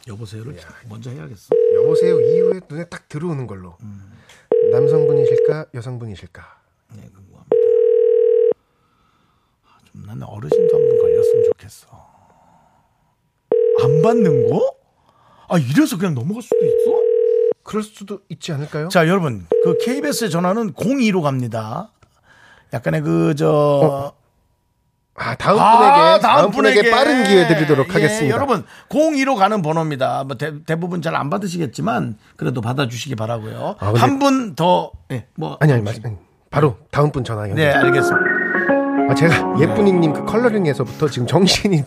여보세요를 먼저 해야겠어. 여보세요 이후에 눈에 딱 들어오는 걸로. 남성분이실까 여성분이실까? 네, 궁금합니다. 아, 좀 나는 어르신도 한 분 걸렸으면 좋겠어. 안 받는 거? 아, 이래서 그냥 넘어갈 수도 있어? 그럴 수도 있지 않을까요? 자, 여러분. 그 KBS의 전화는 02로 갑니다. 약간의 그, 저. 아 다음 분에게 아, 다음, 분에게, 빠른 기회 드리도록 예, 하겠습니다. 여러분, 02로 가는 번호입니다. 뭐 대, 대부분 잘 안 받으시겠지만, 그래도 받아주시기 바라고요 아, 근데- 한 분 더, 예, 뭐. 아니 아니 맞- 아니, 바로 다음 분 전화 연결. 네, 알겠습니다. 아, 제가 예쁜이님 그 컬러링에서부터 지금 정신이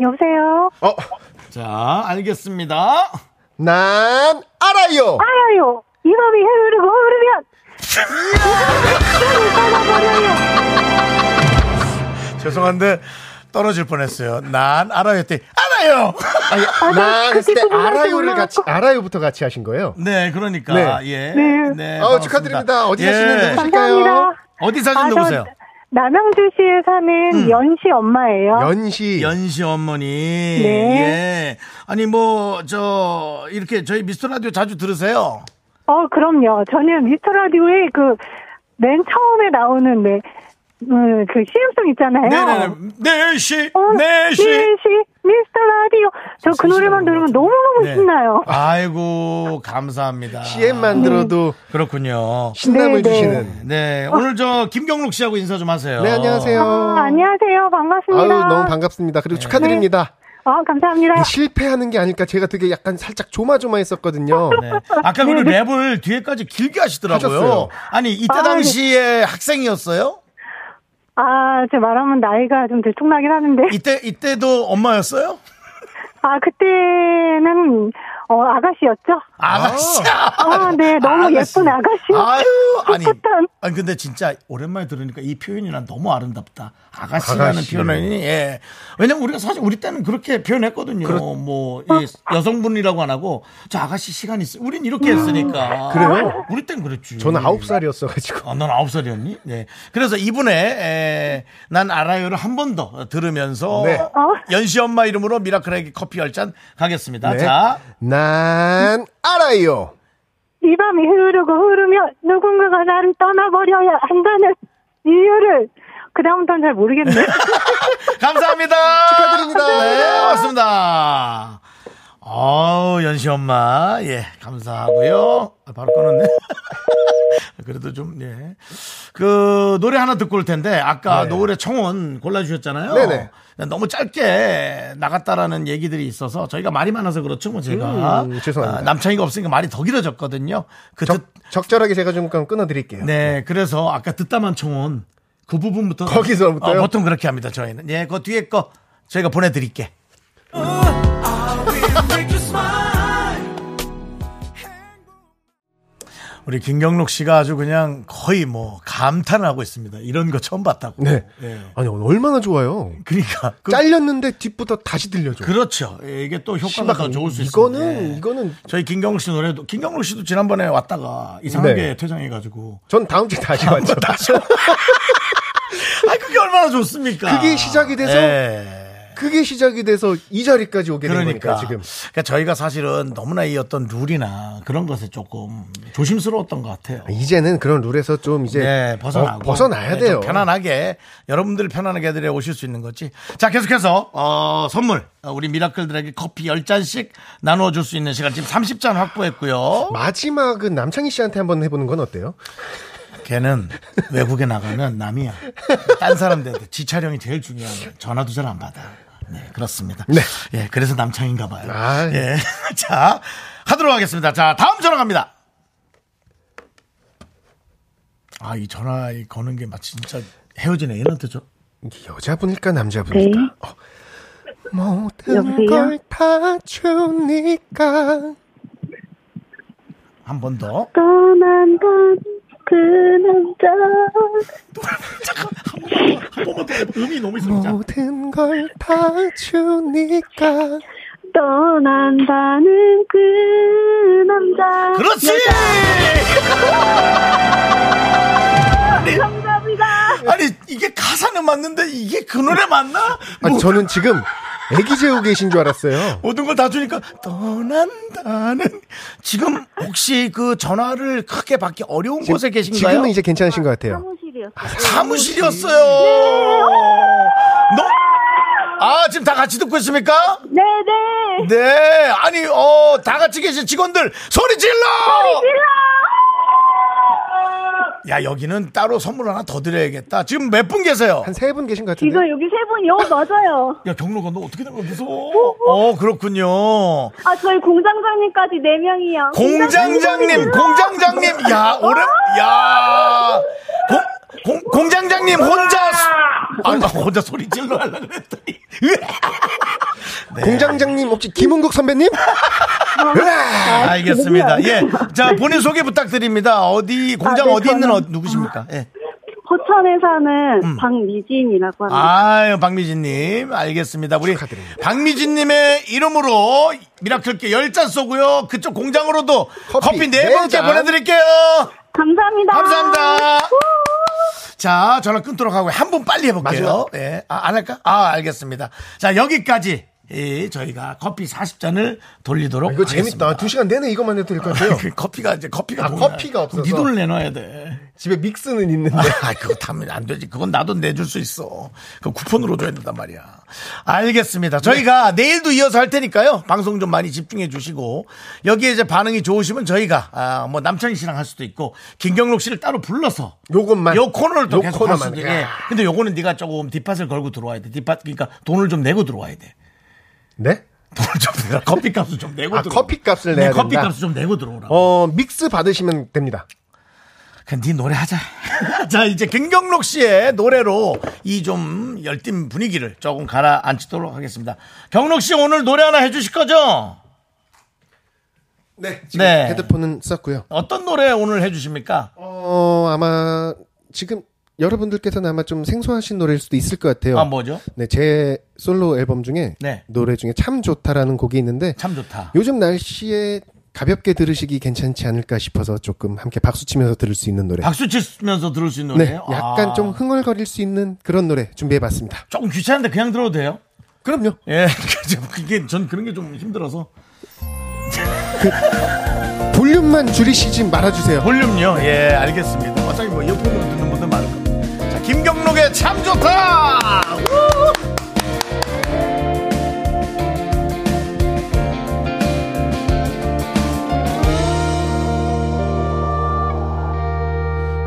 여보세요? 어, 자, 알겠습니다. 난 알아요. 알아요! 이 맘이 흐르고 흐르면! 죄송한데 떨어질 뻔했어요. 난 알아요 때 알아요. 아니, 예. 난 했을 때 그렇게 궁금해서 알아요를 같이 올라왔고. 알아요부터 같이 하신 거예요. <laughs> 네, 그러니까 네. 예. 네. 네, 반갑습니다. 아우, 예. 축하드립니다. 어디 사시는 네. 누구시- 감사합니다. 어디 사신 아, 저 누구세요? 음. 남양주시에 사는 연시 엄마예요. 연시 연시 어머니. 네. 예. 아니 뭐 저 이렇게 저희 미스터 라디오 자주 들으세요? 어, 그럼요. 저는 미스터 라디오의 그 맨 처음에 나오는 네, 음, 그 CM송 있잖아요. 네네네. 네시 어, 네시. 네시, 미스터 라디오. 저 그 노래만 들으면 너무너무 네. 신나요. 아이고 감사합니다. CM만 들어도 그렇군요. 신남을 아, 네, 네. 주시는. 네 오늘 저 김경록 씨하고 인사 좀 하세요. 네 안녕하세요. 아, 안녕하세요. 반갑습니다. 아유 너무 반갑습니다. 그리고 축하드립니다. 아, 감사합니다. 네, 실패하는 게 아닐까 제가 되게 약간 살짝 조마조마했었거든요. 네. 아까 그 랩을 뒤에까지 길게 하시더라고요. 하셨어요. 아니 이때 아, 당시에 학생이었어요? 아, 제 말하면 나이가 좀 들쭉나긴 하는데. 이때 이때도 엄마였어요? 아, 그때는, 어, 아가씨였죠? 아가씨. 아, 네. 너무 아가씨. 예쁜 아가씨. 아유 아니. 풋풋한. 아니 근데 진짜 오랜만에 들으니까 이 표현이 난 너무 아름답다. 아가씨라는 아가씨. 표현이 예. 왜냐면 우리가 사실 우리 때는 그렇게 표현했거든요. 뭐이 여성분이라고 안 하고 저 아가씨 시간 있어. 우린 이렇게 했으니까. 그래요? 우리 땐 그랬지. 저는 아홉 <laughs> 살이었어가지고 아, 넌 아홉 살이었니? 네. 그래서 이분의 에, 난 알아요를 한 번 더 들으면서 네. 연시 엄마 이름으로 미라클에게 커피 열 잔 가겠습니다. 아, 네. 자, 난 알아요. 이 밤이 흐르고 흐르면 누군가가 나를 떠나버려야 한다는 이유를 그다음부터는 잘 모르겠네. 감사합니다. 축하드립니다. 네, 맞습니다. 어우, 연시 엄마. 예, 감사하고요. 아, 바로 끊었네. <laughs> 그래도 좀, 예. 그, 노래 하나 듣고 올 텐데, 아까 노래 청혼 골라주셨잖아요. 네. 네네. 너무 짧게 나갔다라는 얘기들이 있어서 저희가 말이 많아서 그렇죠, 뭐 제가. 음, 죄송합니다. 아, 남창이가 없으니까 말이 더 길어졌거든요. 그 듣, 적, 적절하게 제가 좀 끊어드릴게요. 네, 그래서 아까 듣다만 청혼 그 부분부터 거기서부터요? 어, 보통 그렇게 합니다 저희는. 예, 그 뒤에 거 저희가 보내드릴게. 우리 김경록 씨가 아주 그냥 거의 뭐 감탄하고 있습니다. 이런 거 처음 봤다고. 네. 예. 아니 얼마나 좋아요. 그러니까 그, 잘렸는데 뒷부터 다시 들려줘. 그렇죠. 예, 이게 또 효과가 더 심각한- 좋을 수 이거는 있습니다. 예. 이거는 저희 김경록 씨 노래도 김경록 씨도 지난번에 왔다가 이상하게 네. 퇴장해가지고 전 다음 주에 다시 왔죠. 다시. 아 그게 얼마나 좋습니까? 그게 시작이 돼서 예. <laughs> 그게 시작이 돼서 이 자리까지 오게 된 그러니까 거니까 지금. 그러니까 저희가 사실은 너무나 이 어떤 룰이나 그런 것에 조금 조심스러웠던 것 같아요. 이제는 그런 룰에서 좀 이제 네, 벗어나고 어, 벗어나야 네, 좀 돼요. 편안하게 여러분들 편안하게 드려 오실 수 있는 거지. 자, 계속해서 어, 선물 어, 우리 미라클들에게 커피 10잔씩 나눠 줄 수 있는 시간 지금 30잔 확보했고요. 마지막은 남창희 씨한테 한번 해보는 건 어때요? 걔는 외국에 나가면 남이야. 딴 사람들한테 지 촬영이 제일 중요한 거야. 전화도 잘 안 받아. 네, 그렇습니다. 네. 예, 그래서 남창인가 봐요. 아. 예. <laughs> 자, 하도록 하겠습니다. 자, 다음 전화 갑니다. 아, 이 전화 이 거는 게 마치 진짜 헤어진 애인한테 죠 이게 여자분일까 남자분일까? 네. 어. 모든 여보세요? 걸 다 주니까 한 번 더. 떠난다는 그 남자. 한 번만 더. <laughs> 음이 너무 있습니다. 모든 걸 다 주니까 떠난다는 그 남자. 그렇지! 감사합니다. 아니, 이게 가사는 맞는데 이게 그 노래 맞나? 아, 뭐, 저는 지금 애기 재우 계신 줄 알았어요. 모든 걸 다 주니까 떠난다는 지금 혹시 그 전화를 크게 받기 어려운 곳에 계신가요? 지금은 이제 괜찮으신 것 같아요. 사무실이었어요. 너? 아 지금 다 같이 듣고 있습니까? 네네. 네. 아니 어 다 같이 계신 직원들 소리 질러. 야 여기는 따로 선물 하나 더 드려야겠다. 지금 몇 분 계세요? 한 세 분 계신 것 같은데. 지금 여기 세 분이요? 맞아요. 야 경로가 너 어떻게 된 거야 무서워. 어 그렇군요. 아, 저희 공장장님까지 네 명이요. 공장장님, 공장장님, 야, 오랜, 야, 공, 공, 공장장님 혼자, 수- 아, 나 혼자 소리 질러 하려고 했더니, 공장장님 혹시 김은국 선배님? 알겠습니다. 예. 자, 본인 소개 부탁드립니다. 어디, 공장 네, 어디 있는, 저는- 어, 누구십니까? 예. 포천에 사는 박미진이라고 합니다. 아유, 박미진님. 알겠습니다. 우리 축하드립니다. 박미진님의 이름으로 미라클께 열 잔 쏘고요. 그쪽 공장으로도 커피 커피 네 네 번째 잔. 보내드릴게요. 감사합니다. 감사합니다. 자, 전화 끊도록 하고 한 분 빨리 해볼게요. 마지막. 예. 아, 안 할까? 아, 알겠습니다. 자, 여기까지 이 저희가 커피 40잔을 돌리도록 아, 이거 재밌다. 하겠습니다. 두 시간 내내 이것만 해도 될 것 같아요. <laughs> 그 커피가 이제 커피가 아, 돈이- 커피가 없어서. 네 돈을 내놔야 돼. <laughs> 집에 믹스는 있는데. 아, 그거 타면 안 되지. 그건 나도 내줄 수 있어. 그 쿠폰으로 줘야 된단 말이야. 네. 알겠습니다. 저희가 내일도 이어서 할 테니까요. 방송 좀 많이 집중해 주시고 여기에 이제 반응이 좋으시면 저희가 아, 뭐 남창희 씨랑 할 수도 있고 김경록 씨를 따로 불러서 요것만. 요 코너를 또 요 계속 할 코너만. 수도 야. 예. 근데 요거는 네가 조금 뒷밭을 걸고 들어와야 돼. 뒷밭 그러니까 돈을 좀 내고 들어와야 돼. 네? 돈을 좀 내라. 커피 값을 좀 내고 아, 들어오라. 커피 값을 네, 내야 커피 된다. 값을 좀 내고 들어오라. 어, 믹스 받으시면 됩니다. 그냥 네 노래 하자. <laughs> 자 이제 김경록 씨의 노래로 이 좀 열띤 분위기를 조금 가라앉히도록 하겠습니다. 경록 씨 오늘 노래 하나 해주실 거죠? 네. 네. 헤드폰은 썼고요. 어떤 노래 오늘 해주십니까? 어, 아마 지금 여러분들께서는 아마 좀 생소하신 노래일 수도 있을 것 같아요. 아 뭐죠? 네, 제 솔로 앨범 중에 네. 노래 중에 참 좋다라는 곡이 있는데 참 좋다. 요즘 날씨에 가볍게 들으시기 괜찮지 않을까 싶어서 조금 함께 박수 치면서 들을 수 있는 노래. 박수 치면서 들을 수 있는 네, 노래예요. 약간 아, 좀 흥얼거릴 수 있는 그런 노래 준비해봤습니다. 조금 귀찮은데 그냥 들어도 돼요? 그럼요. 예, <laughs> 그게 전 그런 게 좀 힘들어서 볼륨만 줄이시지 말아주세요. 볼륨요. 예, 알겠습니다. 어차피 뭐 이어폰으로 듣는 분들 많을 겁니다. 자, 김경록의 참 좋다. 우!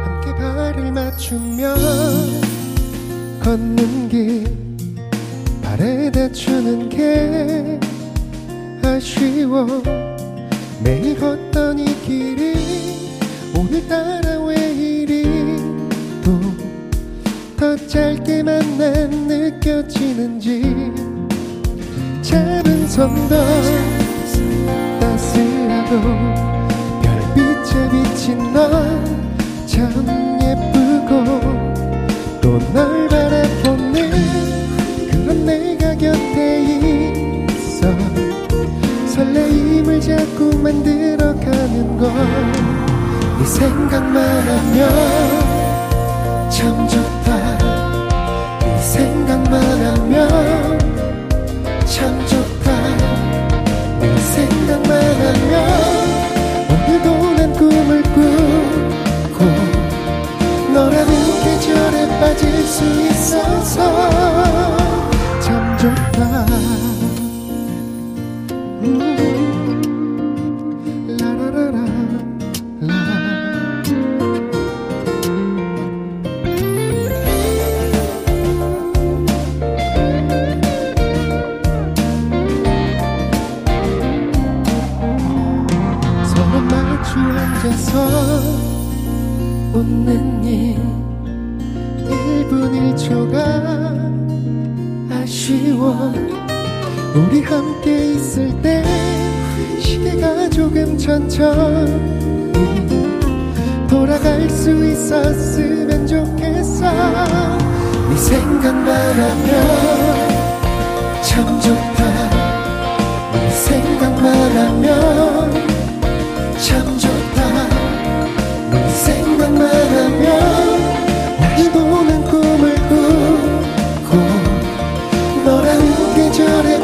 함께 발을 맞추며 걷는 길 발에 다추는 게 아쉬워 매일 걷던 이 길이 오늘따라 왜 이리 또더 짧게만 난 느껴지는지 작은 손도 따스하고 별빛에 비친 넌 참 예쁘고 또 널 바라보는 그런 내가 곁에 있어 설레임을 자꾸 만들어가는 걸네 생각만 하면 참 좋다 네 생각만 하면 참 좋다 네 생각만 하면 오늘도 난 꿈을 꾸고 너라는 계절에 빠질 수 있어서 참 좋다 음. 라라라라 라. 서로 마주 앉아서 웃는 일 1분 1초가 아쉬워 우리 함께 있을 때 시계가 조금 천천히 돌아갈 수 있었으면 좋겠어 네 생각만 하면 참 좋다 네 생각만 하면 참 좋다 네 생각만 하면 오늘도 난 꿈을 꾸고 너라는 계절에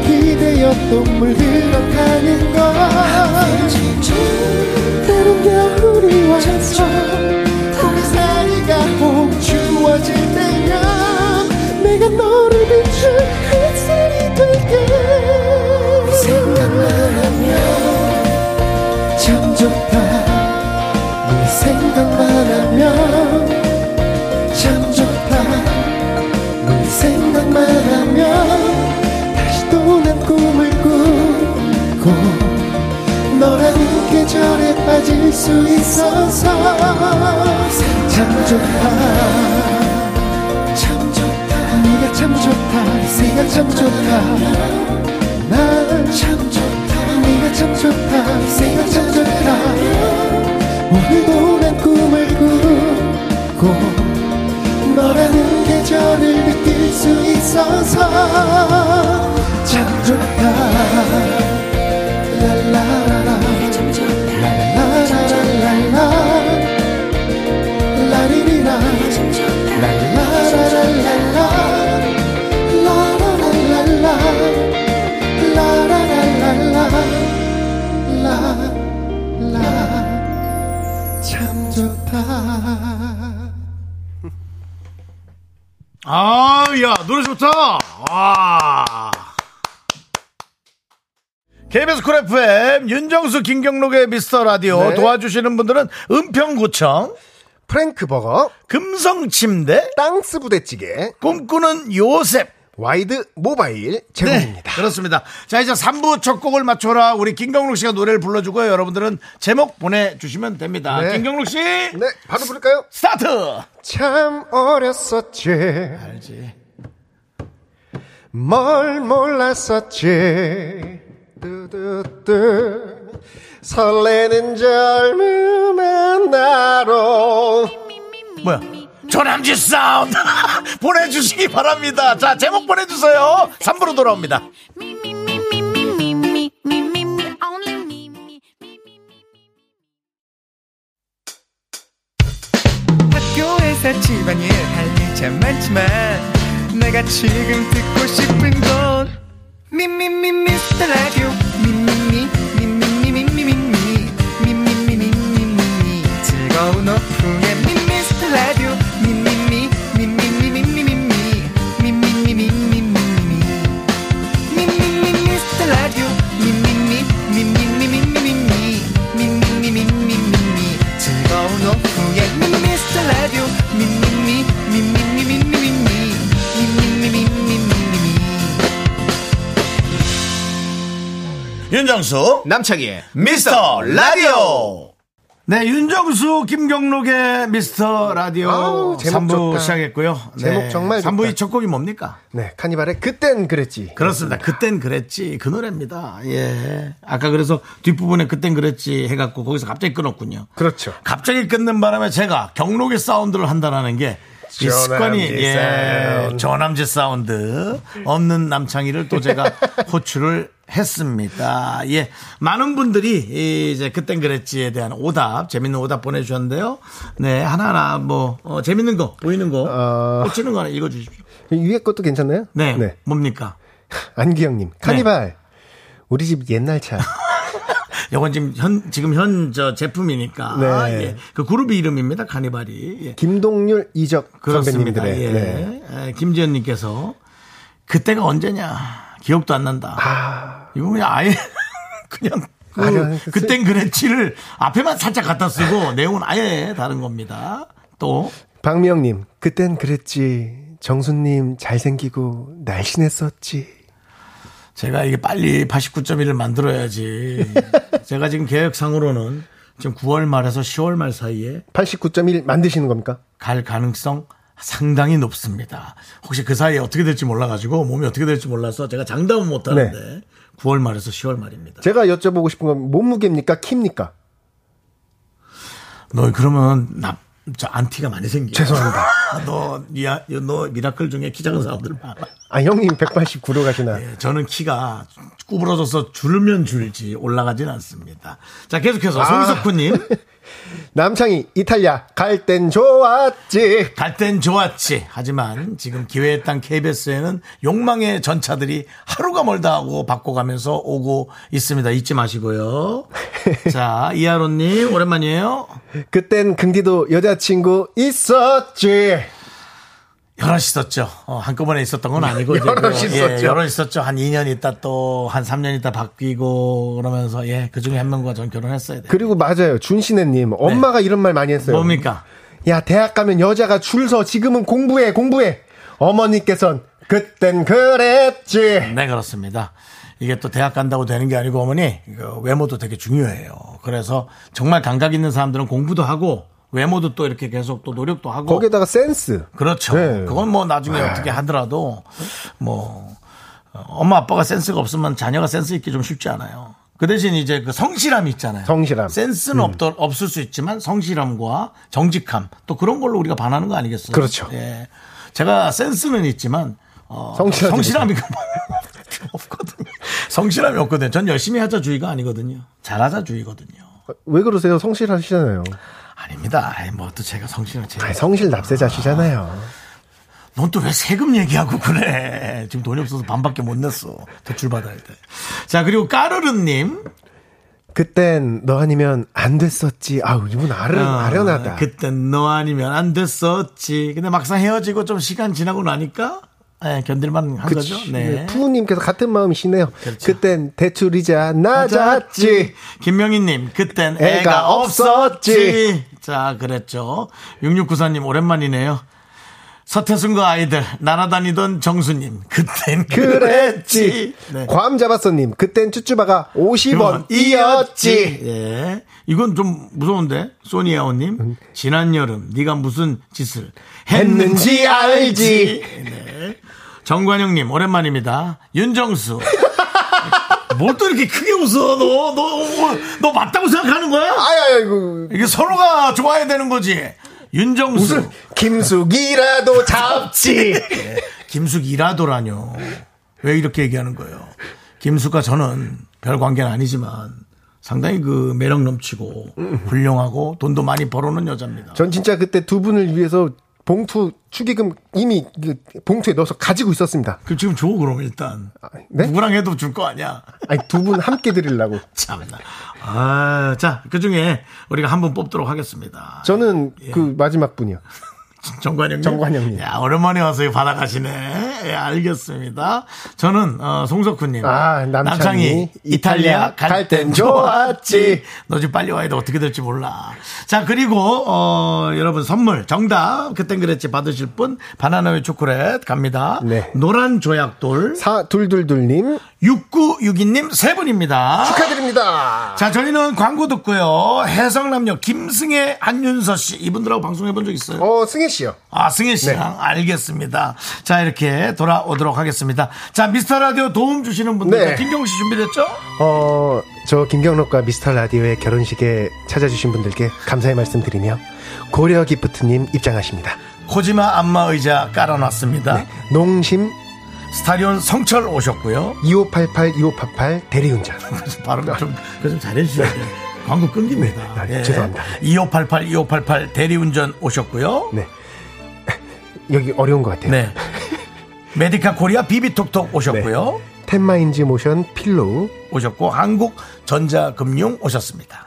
기대였던 물 흘러가는 것 다른 겨울이 와서 우리 사이가 멈추어질 때면 내가 너를 비춘 그슬이 될게 생각만 하면 참 좋다 네 생각만 하면 참 좋다 네 생각만 하면 다시 또 난 꿈을 꾸고 너라는 계절에 빠질 수 있어서 참 좋다 참 좋다 네가 참 좋다 네가 참 좋다 나 참 좋다 네가 참 좋다 네가 참 좋다 오늘도 난 꿈을 꾸고 너라는 계절을 느낄 수 있어서 참 좋다 랄라라라 랄라라랄라 라리리라 랄라라랄라 라라랄라 라라랄라 라라 참 좋다 아, 야, 노래 좋다. 와. KBS 쿨 FM 윤정수 김경록의 미스터 라디오 네. 도와주시는 분들은 은평구청 프랭크 버거, 금성침대 땅스 부대찌개, 꿈꾸는 요셉 네, 와이드 모바일 제공입니다. 그렇습니다. 자, 이제 3부 첫 곡을 맞춰라. 우리 김경록 씨가 노래를 불러주고요. 여러분들은 제목 보내주시면 됩니다. 네. 김경록 씨, 네, 바로 부를까요? 스타트! 참 어렸었지. 알지. 뭘 몰랐었지. 뚜뚜뚜. 설레는 젊은 나로. 뭐야? 조남지 사운드! <laughs> 보내주시기 바랍니다. 자, 제목 보내주세요. 3부로 돌아옵니다. Me, me, me, me, me, me, me, me, me, me, only me, me, me, me. 학교에서 집안일 할 일 참 많지만 내가 지금 듣고 싶은 건 미미미 미스터 라디오 미미미 미미미 미미미 미미미 미미미 즐거운 오후에 미스터 라디오 미미미 미미미 미미미 미미미 미미미 윤정수 남창희의 미스터 라디오 네 윤정수 김경록의 미스터 라디오 아우, 제목 3부 좋다. 시작했고요 제목 정말 3부의 좋다. 첫 곡이 뭡니까? 네, 카니발의 그땐 그랬지. 그렇습니다 그땐 그랬지 그 노래입니다 예 아까 그래서 뒷부분에 그땐 그랬지 해갖고 거기서 갑자기 끊었군요 그렇죠. 갑자기 끊는 바람에 제가 경록의 사운드를 한다라는 게 이 습관이 조남지 예, 사운드. 저남지 사운드 없는 남창희를 또 <laughs> 제가 호출을 했습니다. 예, 많은 분들이 이제 그땐 그랬지에 대한 오답 재밌는 오답 보내주셨는데요. 네 하나하나 뭐 어, 재밌는 거 보이는 거 어. 꽂히는 거 하나 읽어주십시오. 위에 것도 괜찮나요? 네, 뭡니까? 안기영님, 카니발. 우리 집 옛날 차. 이건 지금 현 지금 현 저 제품이니까 네. 예, 그 그룹 이름입니다. 카니발이 예. 김동률, 이적 그렇습니다. 선배님들의. 예. 네. 예, 김지현님께서 그때가 언제냐 기억도 안 난다. 이거 그냥 아예 <laughs> 그냥 아. 그, 아니요. 그땐 그랬지를 앞에만 살짝 갖다 쓰고 내용은 아예 다른 겁니다. 또 박미영님, 그땐 그랬지. 정수님, 잘생기고, 날씬했었지. 제가 이게 빨리 89.1을 만들어야지. 제가 지금 계획상으로는 지금 9월 말에서 10월 말 사이에 89.1 만드시는 겁니까? 갈 가능성 상당히 높습니다. 혹시 그 사이에 어떻게 될지 몰라가지고 몸이 어떻게 될지 몰라서 제가 장담은 못하는데 9월 말에서 10월 말입니다. 제가 여쭤보고 싶은 건 몸무게입니까? 키입니까? 너 그러면 나, 저 안티가 많이 생겨. 아, 죄송합니다. 어. 너, 야, 너 미라클 중에 키 작은 사람들 많아. 아, 형님 189로 가시나? <laughs> 예, 저는 키가 아. 구부러져서 줄면 줄지 올라가진 않습니다. 자, 계속해서 송석훈님. 남창희 이탈리아 갈 땐 좋았지. 갈 땐 좋았지. 하지만 지금 기회의 땅 KBS에는 욕망의 전차들이 하루가 멀다 하고 바꿔가면서 오고 있습니다. <laughs> 잊지 마시고요. 자, 이하로님, 오랜만이에요. 그땐 긍디도 여자친구 있었지. 여럿 있었죠. 어, 한꺼번에 있었던 건 아니고. 이제 여럿 뭐, 있었죠. 예, 여럿 있었죠. 한 2년 있다 또, 한 3년 있다 바뀌고, 그러면서, 예, 그 중에 한 명과 전 결혼했어야 돼요. 그리고 맞아요. 네. 준신혜님. 엄마가 이런 말 많이 했어요. 뭡니까? 야, 대학 가면 여자가 줄 서 지금은 공부해, 공부해. 어머니께선 그땐 그랬지. 네, 그렇습니다. 이게 또 대학 간다고 되는 게 아니고 어머니 그 외모도 되게 중요해요. 그래서 정말 감각 있는 사람들은 공부도 하고 외모도 또 이렇게 계속 또 노력도 어. 하고 거기에다가 센스. 그렇죠. 네. 그건 뭐 나중에 어떻게 하더라도 뭐 어, 엄마 아빠가 센스가 없으면 자녀가 센스 있기 좀 쉽지 않아요. 그 대신 이제 그 성실함이 있잖아요. 성실함. 음. 센스는 없더, 없을 수 있지만 성실함과 정직함 또 그런 걸로 우리가 반하는 거 아니겠어요? 그렇죠. 예. 제가 센스는 있지만 어, 성실하지 성실함이 <laughs> 없거든요. 성실함이 없거든요. 전 열심히 하자 주의가 아니거든요. 잘하자 주의거든요. 왜 그러세요? 성실하시잖아요. 아닙니다. 아이, 뭐또 제가 성실은 제가 아, 성실 납세자시잖아요. 넌 또 왜 세금 얘기하고 그래? 지금 돈이 없어서 반밖에 못 냈어. 대출 받아야 돼. 자, 그리고 까르르님. 그땐 너 아니면 안 됐었지. 아우, 이분 아르, 아련하다. 어, 그땐 너 아니면 안 됐었지. 근데 막상 헤어지고 좀 시간 지나고 나니까 예, 견딜만 한 거죠. 네. 그 예, 푸우님께서 같은 마음이시네요. 그렇죠. 그땐 대출이자 낮았지. 김명희님, 그땐 애가, 애가 없었지. 없었지. 자, 그랬죠. 6694님, 오랜만이네요. 서태순과 아이들, 날아다니던 정수님, 그땐 그랬지. 그랬지. 네. 괌 잡았어님. 그땐 쭈쭈바가 50원이었지. 예. 이건 좀 무서운데. 소니아오님. 지난 여름 네가 무슨 짓을 했는지 했는지 알지. 알지. 네. 정관영님 오랜만입니다. <laughs> 윤정수. 뭘 또 이렇게 크게 웃어? 너, 너, 너 맞다고 생각하는 거야? 아야, 이거. 이게 서로가 좋아야 되는 거지. 윤정수. 무슨 <laughs> 김숙이라도 잡지. 예. 김숙이라도라뇨. 왜 이렇게 얘기하는 거예요? 김숙과 저는 별 관계는 아니지만 상당히 그 매력 넘치고 훌륭하고 돈도 많이 벌어놓은 여자입니다. 전 진짜 그때 두 분을 위해서 봉투 축의금 이미 그 봉투에 넣어서 가지고 있었습니다. 그 지금 줘 그럼 일단 네? 누구랑 해도 줄 거 아니야. <laughs> 아니 두 분 함께 드리려고. 참나. 아, 자, 그 중에 우리가 한 분 뽑도록 하겠습니다. 저는 그 마지막 분이요. 정관영님. 정관영님. 야, 오랜만에 와서 이거 받아가시네. 예, 알겠습니다. 저는, 어, 송석훈님. 아, 남창희. 이탈리아 갈 갈 땐 땐 좋았지. 좋았지. 너 지금 빨리 와야 돼. 어떻게 될지 몰라. 자, 그리고, 어, 여러분 선물, 정답. 그땐 그랬지. 받으실 분, 바나나의 초콜릿 갑니다. 네. 노란 조약돌. 사 둘둘둘님 6962님 세 분입니다. 축하드립니다. 자, 저희는 광고 듣고요. 해성남녀 김승혜, 안윤서 씨. 이분들하고 방송해 본 적 있어요? 어 승혜 씨요. 아, 승혜 네. 씨랑 알겠습니다. 자, 이렇게 돌아오도록 하겠습니다. 자, 미스터 라디오 도움 주시는 분들. 네. 김경우 씨 준비됐죠? 어 저 김경록과 미스터 라디오의 결혼식에 찾아주신 분들께 감사의 말씀드리며 고려 기프트님 입장하십니다. 코지마 안마 의자 깔아놨습니다. 네. 농심 스타리온 성철 오셨고요. 2588 2588 대리운전. 발음 좀, 그거 좀 잘해주셔야 돼요. 광고 끊깁니다. 아, 네. 죄송합니다. 2588, 2588 대리운전 오셨고요. 네. 여기 어려운 것 같아요. 네. 메디카 코리아 비비톡톡 오셨고요. 네. 텐마인즈 모션 필로우 오셨고 한국 전자금융 오셨습니다.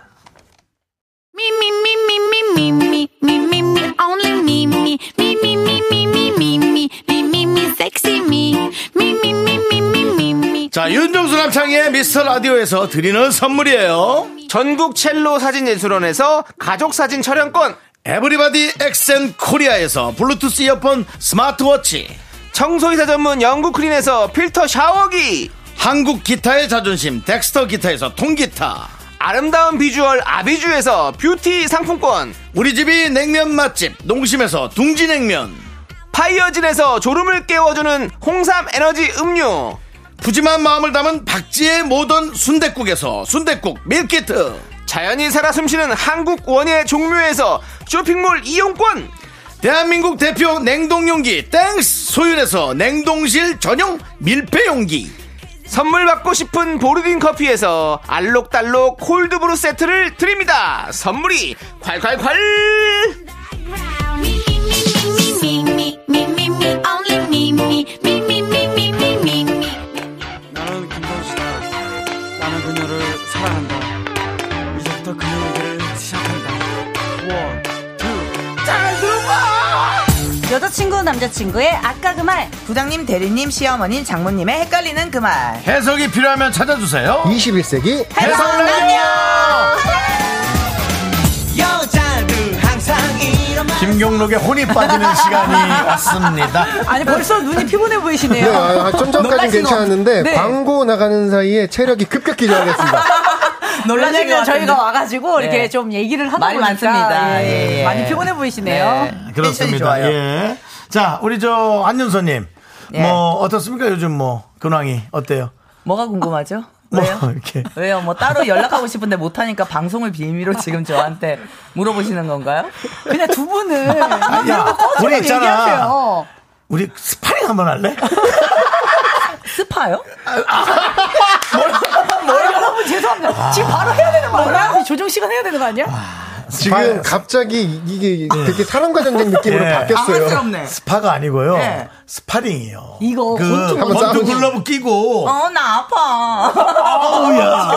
Me, me, me, me, me, me, me, me, me, me, only me, me, me, me, me, me, me, me, me, me, me, me, sexy me, me, me, me, me, me, me, me. 자, 윤종수 남창의 미스터 라디오에서 드리는 선물이에요. 전국 첼로 사진 예술원에서 가족 사진 촬영권, 에브리바디 엑센 코리아에서 블루투스 이어폰 스마트워치. 청소이사 전문 영국 크린에서 필터 샤워기, 한국 기타의 자존심 덱스터 기타에서 통기타. 아름다운 비주얼 아비주에서 뷰티 상품권, 우리 집이 냉면 맛집 농심에서 둥지냉면. 파이어진에서 졸음을 깨워주는 홍삼 에너지 음료, 푸짐한 마음을 담은 박지의 모던 순댓국에서순댓국 밀키트. 자연이 살아 숨쉬는 한국 원예 종묘에서 쇼핑몰 이용권, 대한민국 대표 냉동용기 땡스 소윤에서 냉동실 전용 밀폐용기. 선물 받고 싶은 보르딘 커피에서 알록달록 콜드브루 세트를 드립니다. 선물이 콸콸콸! Me, me, me, me, me, me, me, me, only me, me, me, me, me, me, me, me, me. 나는 김선수다. 나는 그녀를 사랑한다. 이제부터 그녀에게 시작한다. 원, 투. 여자친구 남자친구의 아까 그 말 부장님 대리님 시어머님 장모님의 헷갈리는 그 말 해석이 필요하면 찾아주세요. 21세기 여자들 항상 이런 말 김경록의 혼이 빠지는 시간이 왔습니다. 아니 벌써 눈이 피곤해 네, 보이시네요 아, 좀 전까지는 놀라신 것 괜찮았는데 같- 네. 광고 나가는 사이에 체력이 급격히 저하겠습니다. 놀라신 것 왜냐면 같은데. 저희가 와가지고 이렇게 좀 얘기를 하다 말이 보니까 많습니다. 예, 예, 예. 많이 피곤해 보이시네요. 아, 네. 텐션이 그렇습니다. 좋아요. 예. 자, 우리 저 한윤서님. 예. 뭐 어떻습니까 요즘 뭐 근황이 어때요? 뭐가 궁금하죠? 뭐 왜요? 이렇게 왜요? 뭐 따로 연락하고 싶은데 못하니까 방송을 빌미로 지금 저한테 물어보시는 건가요? 그냥 두 분은 아, 야, 우리 있잖아. 얘기하세요. 우리 스파링 한번 할래? 스파요? 아, 여러분 죄송합니다. 지금 바로 해야 되는 거 아니야? 조정 시간 해야 되는 거 아니야? 지금 갑자기 이게 되게 사람과 전쟁 느낌으로 예. 바뀌었어요. 아스럽네. 스파가 아니고요. 네. 스파링이요. 이거 그 권투- 한번 원투 싸우지. 글러브 끼고 어 나 아파. 아우야.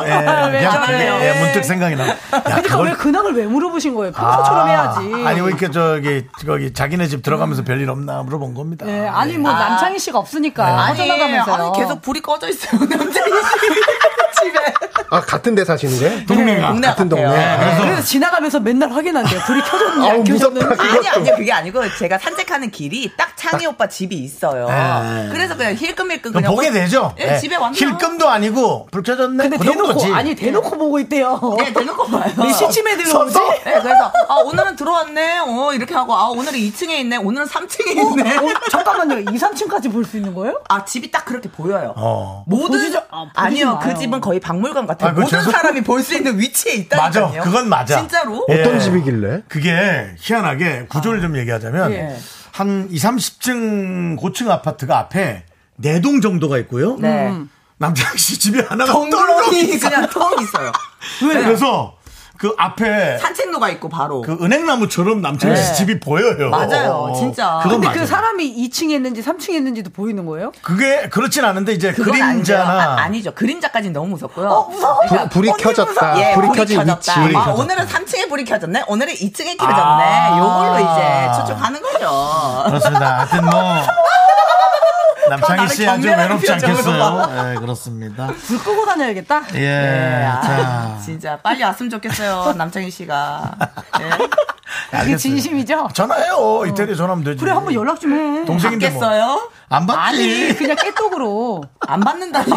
예. 그냥 저래요? 그게, 예, 문득 생각이 나. 야, 그러니까 왜 근황을 왜 물어보신 거예요? 평소처럼 해야지. 아니 뭐 왜 이렇게 저기 거기 자기네 집 들어가면서 별일 없나 물어본 겁니다. 예. 네, 아니 네. 뭐 남창희 씨가 없으니까 아니, 빠져나가면서요. 아니 계속 불이 꺼져 있어요. <laughs> 남자이 집에. 아 같은 데 사시는 게? 동네가 동네 같은 동네. 같아요. 그래서 그래서 지나가면서 맨날 확인한대요. 불이 켜졌는지 아우 안 켜졌는지. 무섭다 아니 그것도. 아니 그게 아니고 제가 산책하는 길이 딱 창희 오빠 집이 있어요. 네. 그래서 그냥 힐끔힐끔 그럼 그냥 보게 온- 뭐 되죠. 네. 예, 집에 왔나? 힐끔도 아니고 불 켜졌네. 근데 그 대놓고 정도지. 아니 대놓고 보고 있대요. <laughs> 예, 대놓고 봐요. 우리 시침에 들어오지. 네, 그래서 아 오늘은 들어왔네. 어 이렇게 하고 아 오늘은 2층에 있네. 오늘은 3층에 있네. 어, 잠깐만요. 2, 3층까지 볼 수 있는 거예요? 아 집이 딱 그렇게 보여요. 어. 아, 모든 보시죠? 아, 보시지 아, 니요 마요. 그 집은 거의 박물관 같아요. 아, 그거 모든 죄송- 사람이 볼 수 있는 위치에 있다니까요. 맞아. 그건 맞아. 진짜로? 예. 어떤 집이길래? 그게 희한하게 아. 구조를 좀 얘기하자면 예. 한 2, 30층 고층 아파트가 앞에 네 동 정도가 있고요. 네. 음. 남자희 씨 집이 하나가 떨어져 덩그러니 그냥 텅 있어요. 있어요. 그래서 그 앞에 산책로가 있고 바로. 그 은행나무처럼 남창희 씨 네. 집이 보여요. 어, 맞아요, 진짜. 그건 근데 맞아요. 그 사람이 2층에 있는지 3층에 있는지도 보이는 거예요? 그게 그렇진 않은데 이제 그건 그림자나 아니죠. 아, 니죠 그림자까지는 너무 무섭고요. 어, 그러니까 불- 불이 켜졌다. 예, 불이 켜진 위치. 아, 불이 켜졌다. 오늘은 3층에 불이 켜졌네. 오늘은 2층에 켜졌네. 아. 요걸로 이제 추측하는 거죠. 그렇습니다. 하여튼 <laughs> 뭐 남창희 나는 씨 아주 경멸하는 외롭지 표정으로 않겠어요. 예, 그렇습니다. 불 끄고 다녀야겠다. 네, 예. 아, 자. 진짜 빨리 왔으면 좋겠어요. 남창희 씨가. 예. 이게 알겠어요. 진심이죠? 어. 전화해요. 이태리 전화하면 되지. 그래 한번 연락 좀 해. 동생인데 뭐. 네. 받겠어요? 네. 안 아니 받지. 그냥 깨똑으로. 아, 안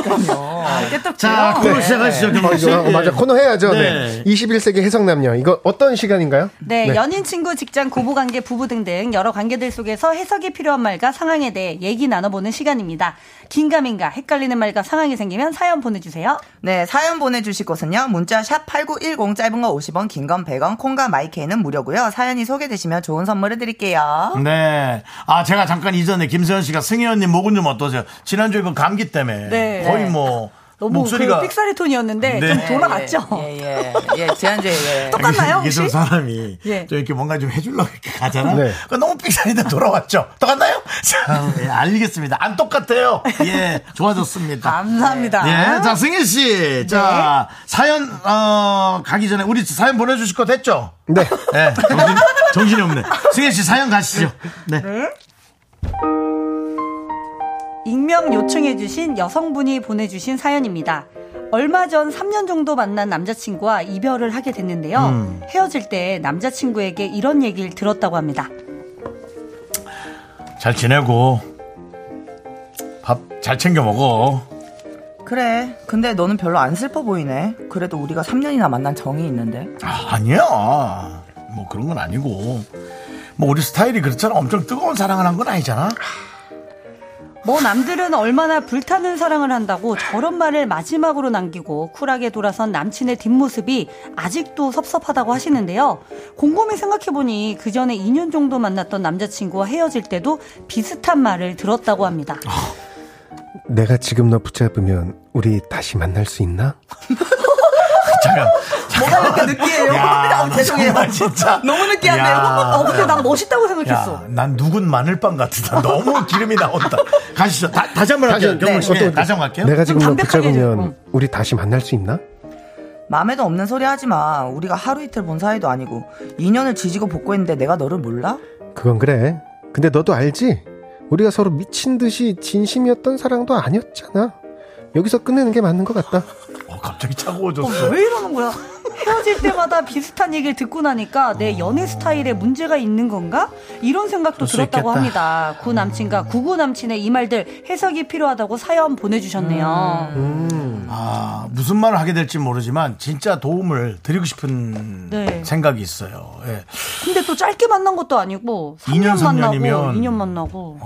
받는다니까요. 깨똑. 자, 코너 네. 시작하시죠. 어, 경민 씨. 이거, 어, 맞아 코너 해야죠. 네. 네. 21세기 해석남녀 이거 어떤 시간인가요? 네, 연인, 친구, 직장, 고부관계, 부부 등등 여러 관계들 속에서 해석이 필요한 말과 상황에 대해 얘기 나눠보는 시간입니다. 긴가민가 헷갈리는 말과 상황이 생기면 사연 보내주세요. 네, 사연 보내주실 곳은요. 문자 샵 8910 짧은 거 50원, 긴 건 100원, 콩과 마이케이는 무료고요. 사연이 소개되시면 좋은 선물을 드릴게요. 네. 아, 제가 잠깐 이전에 김세현 씨가 승혜언님 목은 좀 어떠세요? 지난주에 그 감기 때문에 네. 거의 뭐 너무 목소리가 그 삑사리 톤이었는데 네. 좀 돌아갔죠. 예, 예. 예, 예, 지난주에 예. 똑같나요, 이게 좀 혹시? 사람이 예. 좀 이렇게 뭔가 좀 해주려고 이렇게 가잖아. 네. 그러니까 너무 삑사리다 돌아왔죠. 똑같나요? 자, 예, 알겠습니다. 안 똑같아요. 예, 좋아졌습니다. 감사합니다. 예, 자 승희 씨, 자 네. 사연 어 가기 전에 우리 사연 보내주실 거 됐죠? 네. 예, 정신, 정신이 없네. 승희 씨 사연 가시죠. 네. 익명 요청해주신 여성분이 보내주신 사연입니다. 얼마 전 3년 정도 만난 남자친구와 이별을 하게 됐는데요. 헤어질 때 남자친구에게 이런 얘기를 들었다고 합니다. 잘 지내고 밥 잘 챙겨 먹어. 그래. 근데 너는 별로 안 슬퍼 보이네. 그래도 우리가 3년이나 만난 정이 있는데. 아, 아니야. 뭐 그런 건 아니고. 뭐 우리 스타일이 그렇잖아. 엄청 뜨거운 사랑을 한 건 아니잖아. 뭐 남들은 얼마나 불타는 사랑을 한다고 저런 말을 마지막으로 남기고 쿨하게 돌아선 남친의 뒷모습이 아직도 섭섭하다고 하시는데요. 곰곰이 생각해보니 그 전에 2년 정도 만났던 남자친구와 헤어질 때도 비슷한 말을 들었다고 합니다. <laughs> 내가 지금 너 붙잡으면 우리 다시 만날 수 있나? 잠깐. 뭐가 이렇게 느끼해요? 야, 아, 죄송해요. 정말 진짜. <laughs> 너무 느끼한데요? 야. 어, 근데 난 멋있다고 야, 난 누군 마늘빵 같다. <laughs> 너무 기름이 나온다. 가시죠. 다, 다시 한 번 할게요. 경훈 씨. 예, 다시 한번 할게요. 네. 내가 지금 너 붙잡으면 우리 다시 만날 수 있나? 마음에도 없는 소리 하지 마. 우리가 하루 이틀 본 사이도 아니고 2년을 지지고 복고했는데 내가 너를 몰라? 그건 그래. 근데 너도 알지? 우리가 서로 미친 듯이 진심이었던 사랑도 아니었잖아. 여기서 끝내는 게 맞는 것 같다. 어, 갑자기 차가워졌어. 왜 이러는 거야? 헤어질 때마다 비슷한 얘기를 듣고 나니까 내 연애 스타일에 문제가 있는 건가? 이런 생각도 그럴 수 들었다고 있겠다. 합니다. 구 남친과 구구 남친의 이 말들 해석이 필요하다고 사연 보내주셨네요. 음. 아, 무슨 말을 하게 될지 모르지만 진짜 도움을 드리고 싶은 네. 생각이 있어요. 예. 근데 또 짧게 만난 것도 아니고 3년, 2년, 3년 만나고 이면. 2년 만나고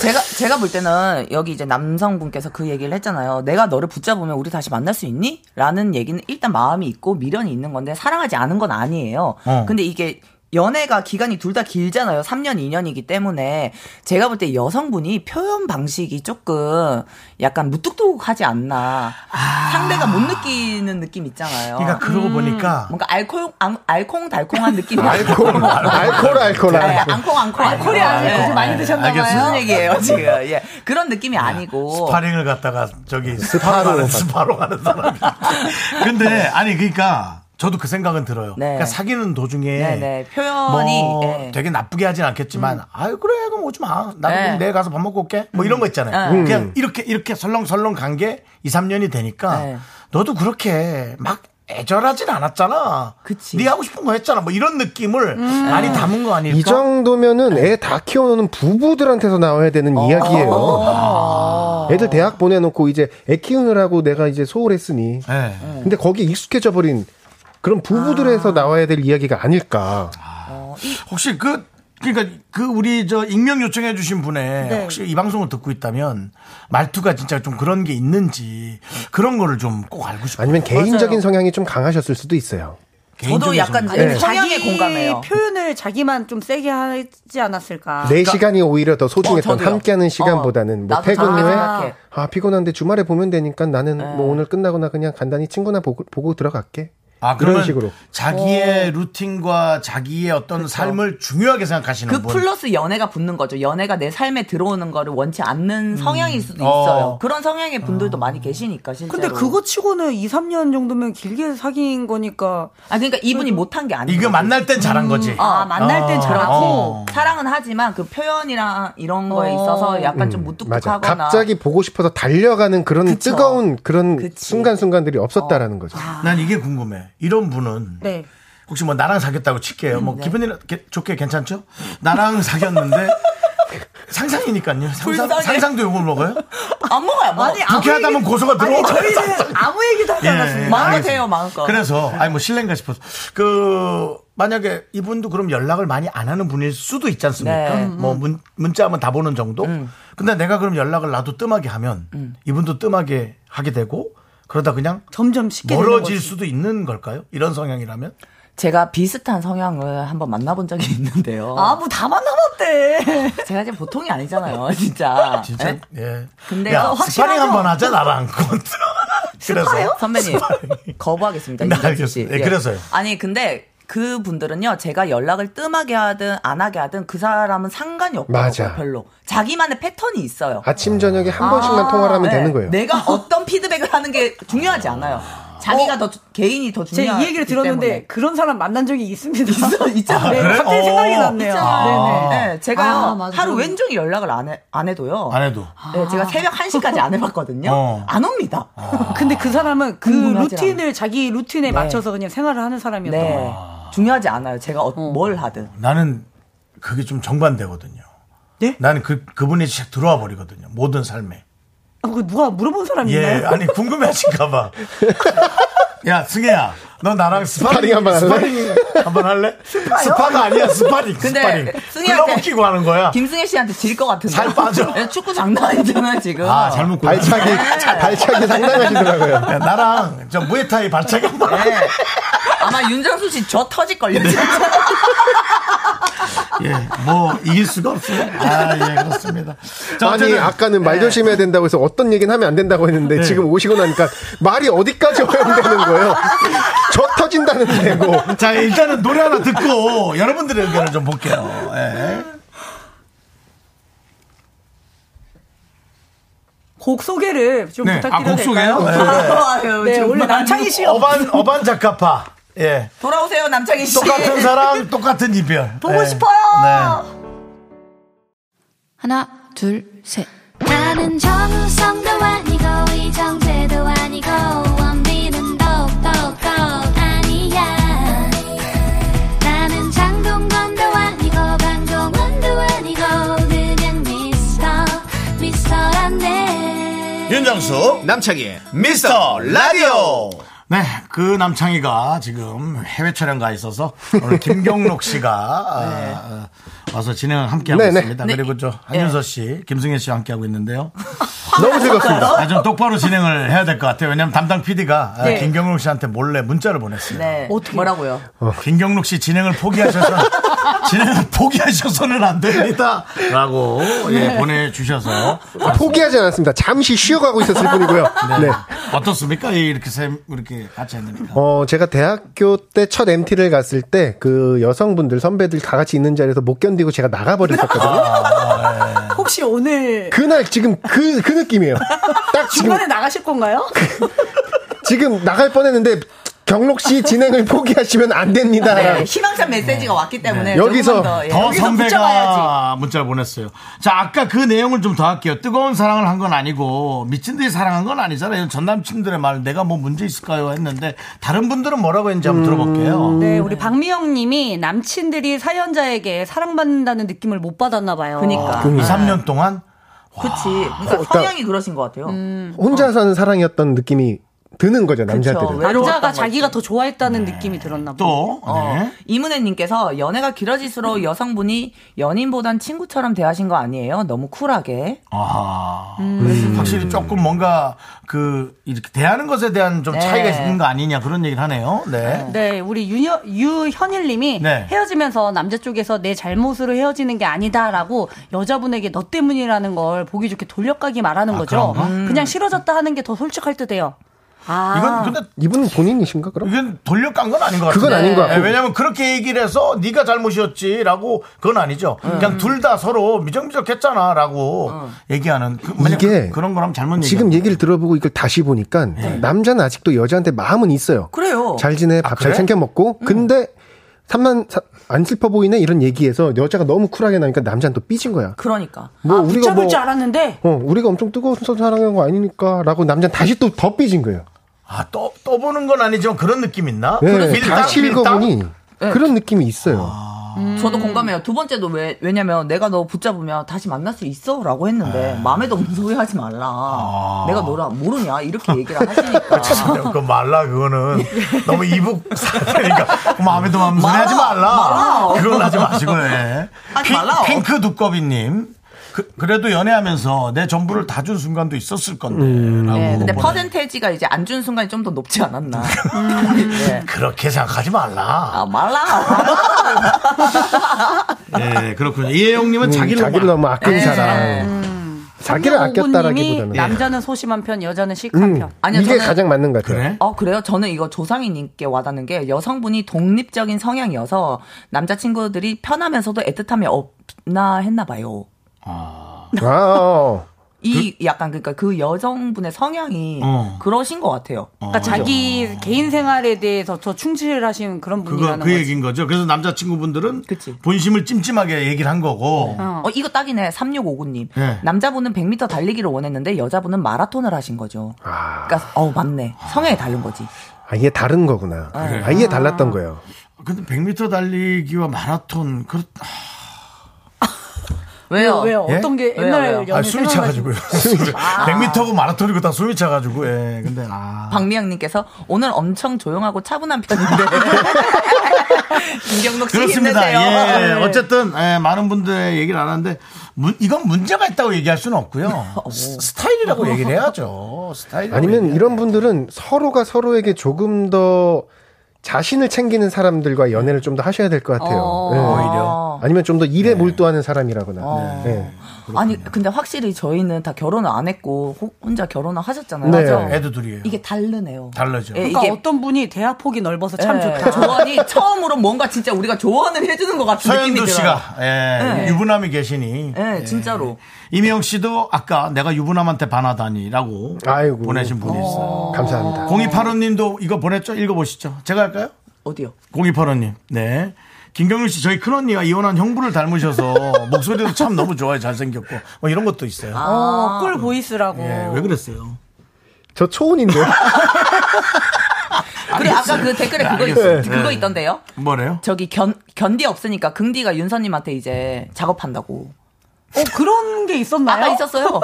제가 제가 볼 때는 여기 이제 남성분께서 그 얘기를 했잖아요. 내가 너를 붙잡으면 우리 다시 만날 수 있니? 라는 얘기는 일단 마음이 있고 미련이 있는 건데 사랑하지 않은 건 아니에요. 어. 근데 이게 연애가 기간이 둘 다 길잖아요. 3년, 2년이기 때문에 제가 볼 때 여성분이 표현 방식이 조금 약간 무뚝뚝하지 않나. 상대가 못 느끼는 느낌 있잖아요. 아. 그러니까 그러고 음. 보니까 뭔가 알콩 알- 알콩달콩한 느낌. 알콩, 알콜, 알콜, 아, 알콜. 앙콩 앙콩 알콜이 아니에요. 예. 거기 많이 드셨나 봐요. 알겠어요. 무슨 <laughs> 얘기예요 지금? 예. 그런 느낌이 아니고. 스파링을 갖다가 저기 스파로 가는, 스파로 가는 <laughs> 사람이. 근데 아니 그러니까 저도 그 생각은 들어요. 그러니까 사귀는 도중에 네. 네네. 표현이 뭐 예. 음. 되게 나쁘게 하진 않겠지만 아유 그래 그럼 오지 마 나도 네. 그럼 내일 가서 밥 먹고 올게 뭐 이런 거 있잖아요 네. 그냥 음. 이렇게 이렇게 설렁설렁 간 게 2, 3년이 되니까 네. 너도 그렇게 막 애절하진 않았잖아 네 하고 싶은 거 했잖아 뭐 이런 느낌을 음. 많이 담은 거 아닐까 이 정도면은 애 다 키워놓는 부부들한테서 나와야 되는 아. 이야기예요. 애들 대학 보내놓고 이제 애 키우느라고 내가 이제 소홀했으니. 네. 네. 근데 거기에 익숙해져 버린 그런 아. 부부들에서 나와야 될 이야기가 아닐까. 혹시 그 그러니까 그 우리 저 익명 요청해 주신 분의 네. 혹시 이 방송을 듣고 있다면 말투가 진짜 좀 그런 게 있는지 그런 거를 좀 꼭 알고 싶어요. 아니면 개인적인 성향이 좀 강하셨을 수도 있어요. 그 네. 자기 표현을 자기만 좀 세게 하지 않았을까? 네. 내 시간이 오히려 더 어, 소중했던 아, 그러니까 저도요. 함께하는 어, 시간보다는 뭐 나도 퇴근 저렇게 후에 생각해. 네. 아 피곤한데 주말에 보면 되니까 나는 뭐 오늘 끝나거나 그냥 간단히 친구나 보고, 보고 들어갈게. 아, 이런 그런 식으로 식으로 어. 자기의 루틴과 자기의 어떤 삶을 중요하게 생각하시는 그 분. 플러스 연애가 붙는 거죠. 연애가 내 삶에 들어오는 거를 원치 않는 성향일 수도 있어요. 어. 그런 성향의 분들도 많이 계시니까 실제로. 근데 그거 치고는 2, 3년 정도면 길게 사귄 거니까. 아 그러니까 이분이 못한 게 아니고. 이거 만날 땐 잘한 거지. 음. 아, 만날 땐 어, 잘하고 어. 사랑은 하지만 그 표현이랑 이런 거에 있어서 약간 좀 음. 맞아. 무뚝뚝하거나 갑자기 보고 싶어서 달려가는 그런 뜨거운 그런 순간순간들이 없었다라는 어. 거죠. 아. 난 이게 궁금해. 이런 분은 네. 음, 혹시 뭐 나랑 사귀었다고 칠게요. 뭐 기분이 게- 좋게 괜찮죠? 나랑 <laughs> 사귀었는데 상상이니까요. 상상, 불쌍해. 상상도 욕을 먹어요? 안 먹어요. 아니, 안 먹어요. 아무 불쾌하다면 얘기- 고소가 들어오고 아니, <laughs> <laughs> 저희는 아무 얘기도 하지 예, 않았습니다. 마음껏 알겠습니다. 해요, 마음껏. 그래서 아니 뭐 실례인가 싶어서 그 만약에 이분도 그럼 연락을 많이 안 하는 분일 수도 있지 않습니까? 네. 음. 뭐 문, 문자 한번 다 보는 정도. 근데 내가 그럼 연락을 나도 뜸하게 하면 이분도 뜸하게 하게 되고 그러다 그냥 점점 쉽게 되는 멀어질 거지. 수도 있는 걸까요? 이런 성향이라면? 제가 비슷한 성향을 한번 만나본 적이 있는데요. 아, 뭐 다 만나봤대. <laughs> 제가 지금 보통이 <laughs> 아니잖아요, 진짜. 진짜 예? 예. 근데 야, 어, 스파링 확실하죠? 한번 하자 나랑. <laughs> 그래서 선배님 거부하겠습니다. 네, 이정수 알겠습니다. 예, 그래서요. 아니 근데 그 분들은요, 제가 연락을 뜸하게 하든 안 하게 하든 그 사람은 상관이 없더라고요. 맞아. 별로 자기만의 패턴이 있어요. 아침 저녁에 한 아, 번씩만 통화를 하면 네. 되는 거예요. 내가 어떤 피드백을 하는 게 중요하지 않아요. 자기가 더 주- 개인이 더 제 중요해요. 이 얘기를 들었는데 그런 사람 만난 적이 있습니다. 있어, 있잖아요. 네, 그래? 갑자기 생각이 어, 났네요. 있잖아요. 네네. 네, 제가요, 아, 맞아. 하루 왼종일 연락을 안, 해, 안 해도요. 안 해도. 네, 제가 새벽 1시까지 안 해봤거든요. 어. 안 옵니다. 근데 그 사람은 그 궁금하지 루틴을 자기 루틴에 네. 맞춰서 그냥 생활을 하는 사람이었던 네. 거예요. 중요하지 않아요. 제가 어- 뭘 하든. 나는 그게 좀 정반대거든요. 예? 나는 그 그분이 진짜 들어와 버리거든요. 모든 삶에. 아, 그 누가 물어본 사람이 예, 있나요? 아니 궁금해하신가 봐. <laughs> 야, 승혜야, 너 나랑 스파링, 스파링 한번 할래? 스파링 한번 할래? 스파가 아니야, 스파링. 근데 스파링. 승희한테- 흘러먹히고 하는 거야. 김승혜 씨한테 질 것 같은데. 살 빠져. 예, 축구 장난 아니잖아요, 지금. 아, 잘못 골랐네. 네. 야, 나랑 저 예. 무에타이 발차기 한번 아마 윤정수 씨 저 터질걸요, 진짜. 예, 뭐 이길 수가 없어요. 아, 예, 그렇습니다. 자, 아니 어쨌든, 아까는 네. 말 조심해야 된다고 해서 어떤 얘기는 하면 안 된다고 했는데 네. 지금 오시고 나니까 말이 어디까지 허용되는 거예요? 저 터진다는 어, 데고. <laughs> 자 일단은 노래 하나 듣고 여러분들의 의견을 좀 볼게요. 예. 곡 소개를 좀 네. 아, 부탁드려도 곡 소개요? 될까요? <laughs> 네. 아유, 네, 정말. 원래 남창희 씨 어반 어반 작가파. 예. 돌아오세요, 남창희 씨. 똑같은 사람, 똑같은 이별. 보고 예. 싶어요. 네. 하나, 둘, 셋. 나는 정우성도 아니고 이정재도 아니고 원빈은 더욱더 아니야 나는 장동건도 아니고 강동원도 아니고 그냥 미스터 미스터란데 윤정수 남창희 미스터 라디오. 네, 그 남창희가 지금 해외 촬영 가 있어서 오늘 김경록 <laughs> 씨가 아, 와서 진행을 함께 하고 네, 네. 있습니다. 네. 그리고 저 한윤서 씨, 김승현 씨와 함께 하고 있는데요. 너무 즐겁습니다. 아, 좀 똑바로 진행을 해야 될 것 같아요. 왜냐하면 담당 PD가 아, 네. 김경록 씨한테 몰래 문자를 보냈어요. 어, 네. 뭐라고요? 김경록 씨 진행을 포기하셔서 <laughs> 진행을 포기하셔서는 안 됩니다라고 예, 네. 보내주셔서 아, 포기하지 않았습니다. 잠시 쉬어가고 있었을 뿐이고요. 네. 어떻습니까? 이- 이렇게 쌤 이렇게 같이 했는데 어, 제가 대학교 때 첫 MT를 갔을 때 그 여성분들 선배들 다 같이 있는 자리에서 못 견디고 제가 나가버렸었거든요. 네. 혹시 오늘 그날 지금 그, 그 느낌이에요. 딱 지금, 중간에 나가실 건가요? 지금 나갈 뻔했는데 경록 씨 진행을 포기하시면 안 됩니다. 네, 희망찬 메시지가 왔기 때문에 네. 여기서 조금만 더, 더, 예. 선배가 문자를 보냈어요. 자 아까 그 내용을 좀 더 할게요. 뜨거운 사랑을 한 건 아니고 미친 듯이 사랑한 건 아니잖아요. 전 남친들의 말 내가 뭐 문제 있을까요 했는데 다른 분들은 뭐라고 했는지 한번 들어볼게요. 네, 우리 박미영 님이 남친들이 사연자에게 사랑받는다는 느낌을 못 받았나 봐요. 그니까. 음. 2, 3년 동안 그치. 그러니까 어, 나- 성향이 그러신 것 같아요. 음. 혼자 사는 사랑이었던 느낌이 드는 거죠, 아, 남자들은. 남자가 자기가 더 좋아했다는 느낌이 들었나 봐요. 또 네. 어, 이문혜님께서 연애가 길어질수록 여성분이 연인보단 친구처럼 대하신 거 아니에요? 너무 쿨하게. 아, 확실히 조금 뭔가 그 이렇게 대하는 것에 대한 좀 네. 차이가 있는 거 아니냐 그런 얘기를 하네요. 네. 네, 우리 윤여, 유현일 님이 네. 헤어지면서 남자 쪽에서 내 잘못으로 헤어지는 게 아니다라고 여자분에게 너 때문이라는 걸 보기 좋게 돌려가기 말하는 거죠. 음. 그런가? 그냥 싫어졌다 하는 게 더 솔직할 듯 해요. 아. 이건 근데 이분은 본인이신가 그럼? 이건 돌려간 건 아닌 것 같아요. 그건 아닌 것 같고. 왜냐면 그렇게 얘기를 해서 네가 잘못이었지라고 그건 아니죠. 음. 그냥 둘 다 서로 미적미적했잖아라고 얘기하는 그, 만약 어. 이게 그, 런 거라면 잘못 얘기. 지금 얘기를 들어보고 이걸 다시 보니까 네. 남자는 아직도 여자한테 마음은 있어요. 그래요. 잘 지내, 밥 잘 아, 그래? 챙겨 음. 먹고. 근데 삼만 사- 안 슬퍼 보이네 이런 얘기에서 여자가 너무 쿨하게 나니까 남자는 또 삐진 거야. 그러니까. 뭐 우리가 아, 붙잡을 뭐 줄 알았는데 어, 우리가 엄청 뜨거운 사랑한 거 아니니까라고 남자는 다시 또 더 삐진 거예요. 아, 또, 또 보는 건 아니지만 그런 느낌 있나? 네, 밀당, 다시 밀당? 읽어보니 네. 그런 느낌이 있어요. 저도 공감해요. 두 번째도 왜, 왜냐면 내가 너 붙잡으면 다시 만날 수 있어? 라고 했는데, 마음에도 없는 소리 하지 말라. 내가 너라, 모르냐? 이렇게 얘기를 하시니까. <laughs> 그 말라 그거는 너무 이북 사태니까 그 마음에도 마음 무슨 말라, 하지 말라 말라. 그건 하지 마시고 예. 하지 핑- 말라. 핑크 두꺼비님 그, 그래도 연애하면서 내 전부를 다 준 순간도 있었을 건데 음. 라고 네, 근데 보내- 퍼센테이지가 이제 안 준 순간이 좀 더 높지 않았나. 네. 그렇게 생각하지 말라 아, 말라. 예 그렇군요 이혜영님은 음, 자기를, 자기를 막- 너무 아낀 예. 사람. 자기를 아꼈다라기보다는. 님이 남자는 소심한 편, 여자는 그러니까 음. 실컷한 편. 아니요, 이게 저는- 가장 맞는 것 같아요. 어, 그래요? 저는 이거 조상희님께 와닿는 게 여성분이 독립적인 성향이어서 남자친구들이 편하면서도 애틋함이 없나 했나 봐요. 아, 이 약간 그러니까 그 여성분의 성향이 어. 그러신 것 같아요. 그러니까 자기 개인 생활에 대해서 더 충실하신 그런 그거 분이라는 그 거지. 얘기인 거죠 그래서 남자친구분들은 본심을 찜찜하게 얘기를 한 거고 어, 이거 딱이네. 3659님. 네. 남자분은 100m 달리기를 원했는데 여자분은 마라톤을 하신 거죠. 그러니까 어 맞네. 성향이 다른 거지. 아, 이게 다른 거구나. 아, 이게 달랐던 거예요. 근데 100m 달리기와 마라톤 그렇 아, 왜요? 왜요? 어떤 게 왜요? 옛날에 왜요? 연애 예? 아, 숨이 차가지고요. 아. 100m고 마라톤이고 다 숨이 차가지고, 예. 근데, 아. 박미영님께서 오늘 엄청 조용하고 차분한 <laughs> 편인데. <laughs> 김경록 씨 그렇습니다. 힘내세요. 예. 네. 어쨌든, 예, 많은 분들의 얘기를 안 하는데, 문- 이건 문제가 있다고 얘기할 <laughs> 수는 없고요. 어. 스- 스타일이라고 얘기를 해야죠. 스타일. 아니면 이런 분들은 서로가 서로에게 조금 더 자신을 챙기는 사람들과 연애를 좀 더 하셔야 될 것 같아요. 어. 네. 오히려. 아니면 좀 더 일에 몰두하는 사람이라거나. 어. 네. 아니 근데 확실히 저희는 다 결혼을 안 했고 호- 혼자 결혼을 하셨잖아요. 네. 맞아. 애도 둘이에요. 이게 다르네요. 달라져. 예, 그러니까 이게- 어떤 분이 대화폭이 넓어서 참 예, 좋다. 조언이 처음으로 뭔가 진짜 우리가 조언을 해주는 것 같은 서현두 느낌이 들어요. 씨가 예, 네. 유부남이 계시니 예, 진짜로. 이미영 씨도 아까 내가 유부남한테 반하다니라고 보내신 분이 있어요. 감사합니다. 0285님도 이거 보냈죠? 읽어보시죠. 제가 할까요? 어디요? 0285님. 네. 김경률 씨, 저희 큰언니가 이혼한 형부를 <laughs> 닮으셔서 목소리도 참 너무 좋아요. 잘생겼고. 뭐 이런 것도 있어요. 아. 아. 어, 꿀 보이스라고. 예, 왜 그랬어요? 저 초혼인데요. 그래 아까 그 댓글에 그거 있, 알겠어요. 그거 네. 있던데요. 뭐래요? 저기 견 견디 없으니까 긍디가 윤서님한테 이제 작업한다고. 어 그런 게 있었나요? 아까 <laughs> 있었어요.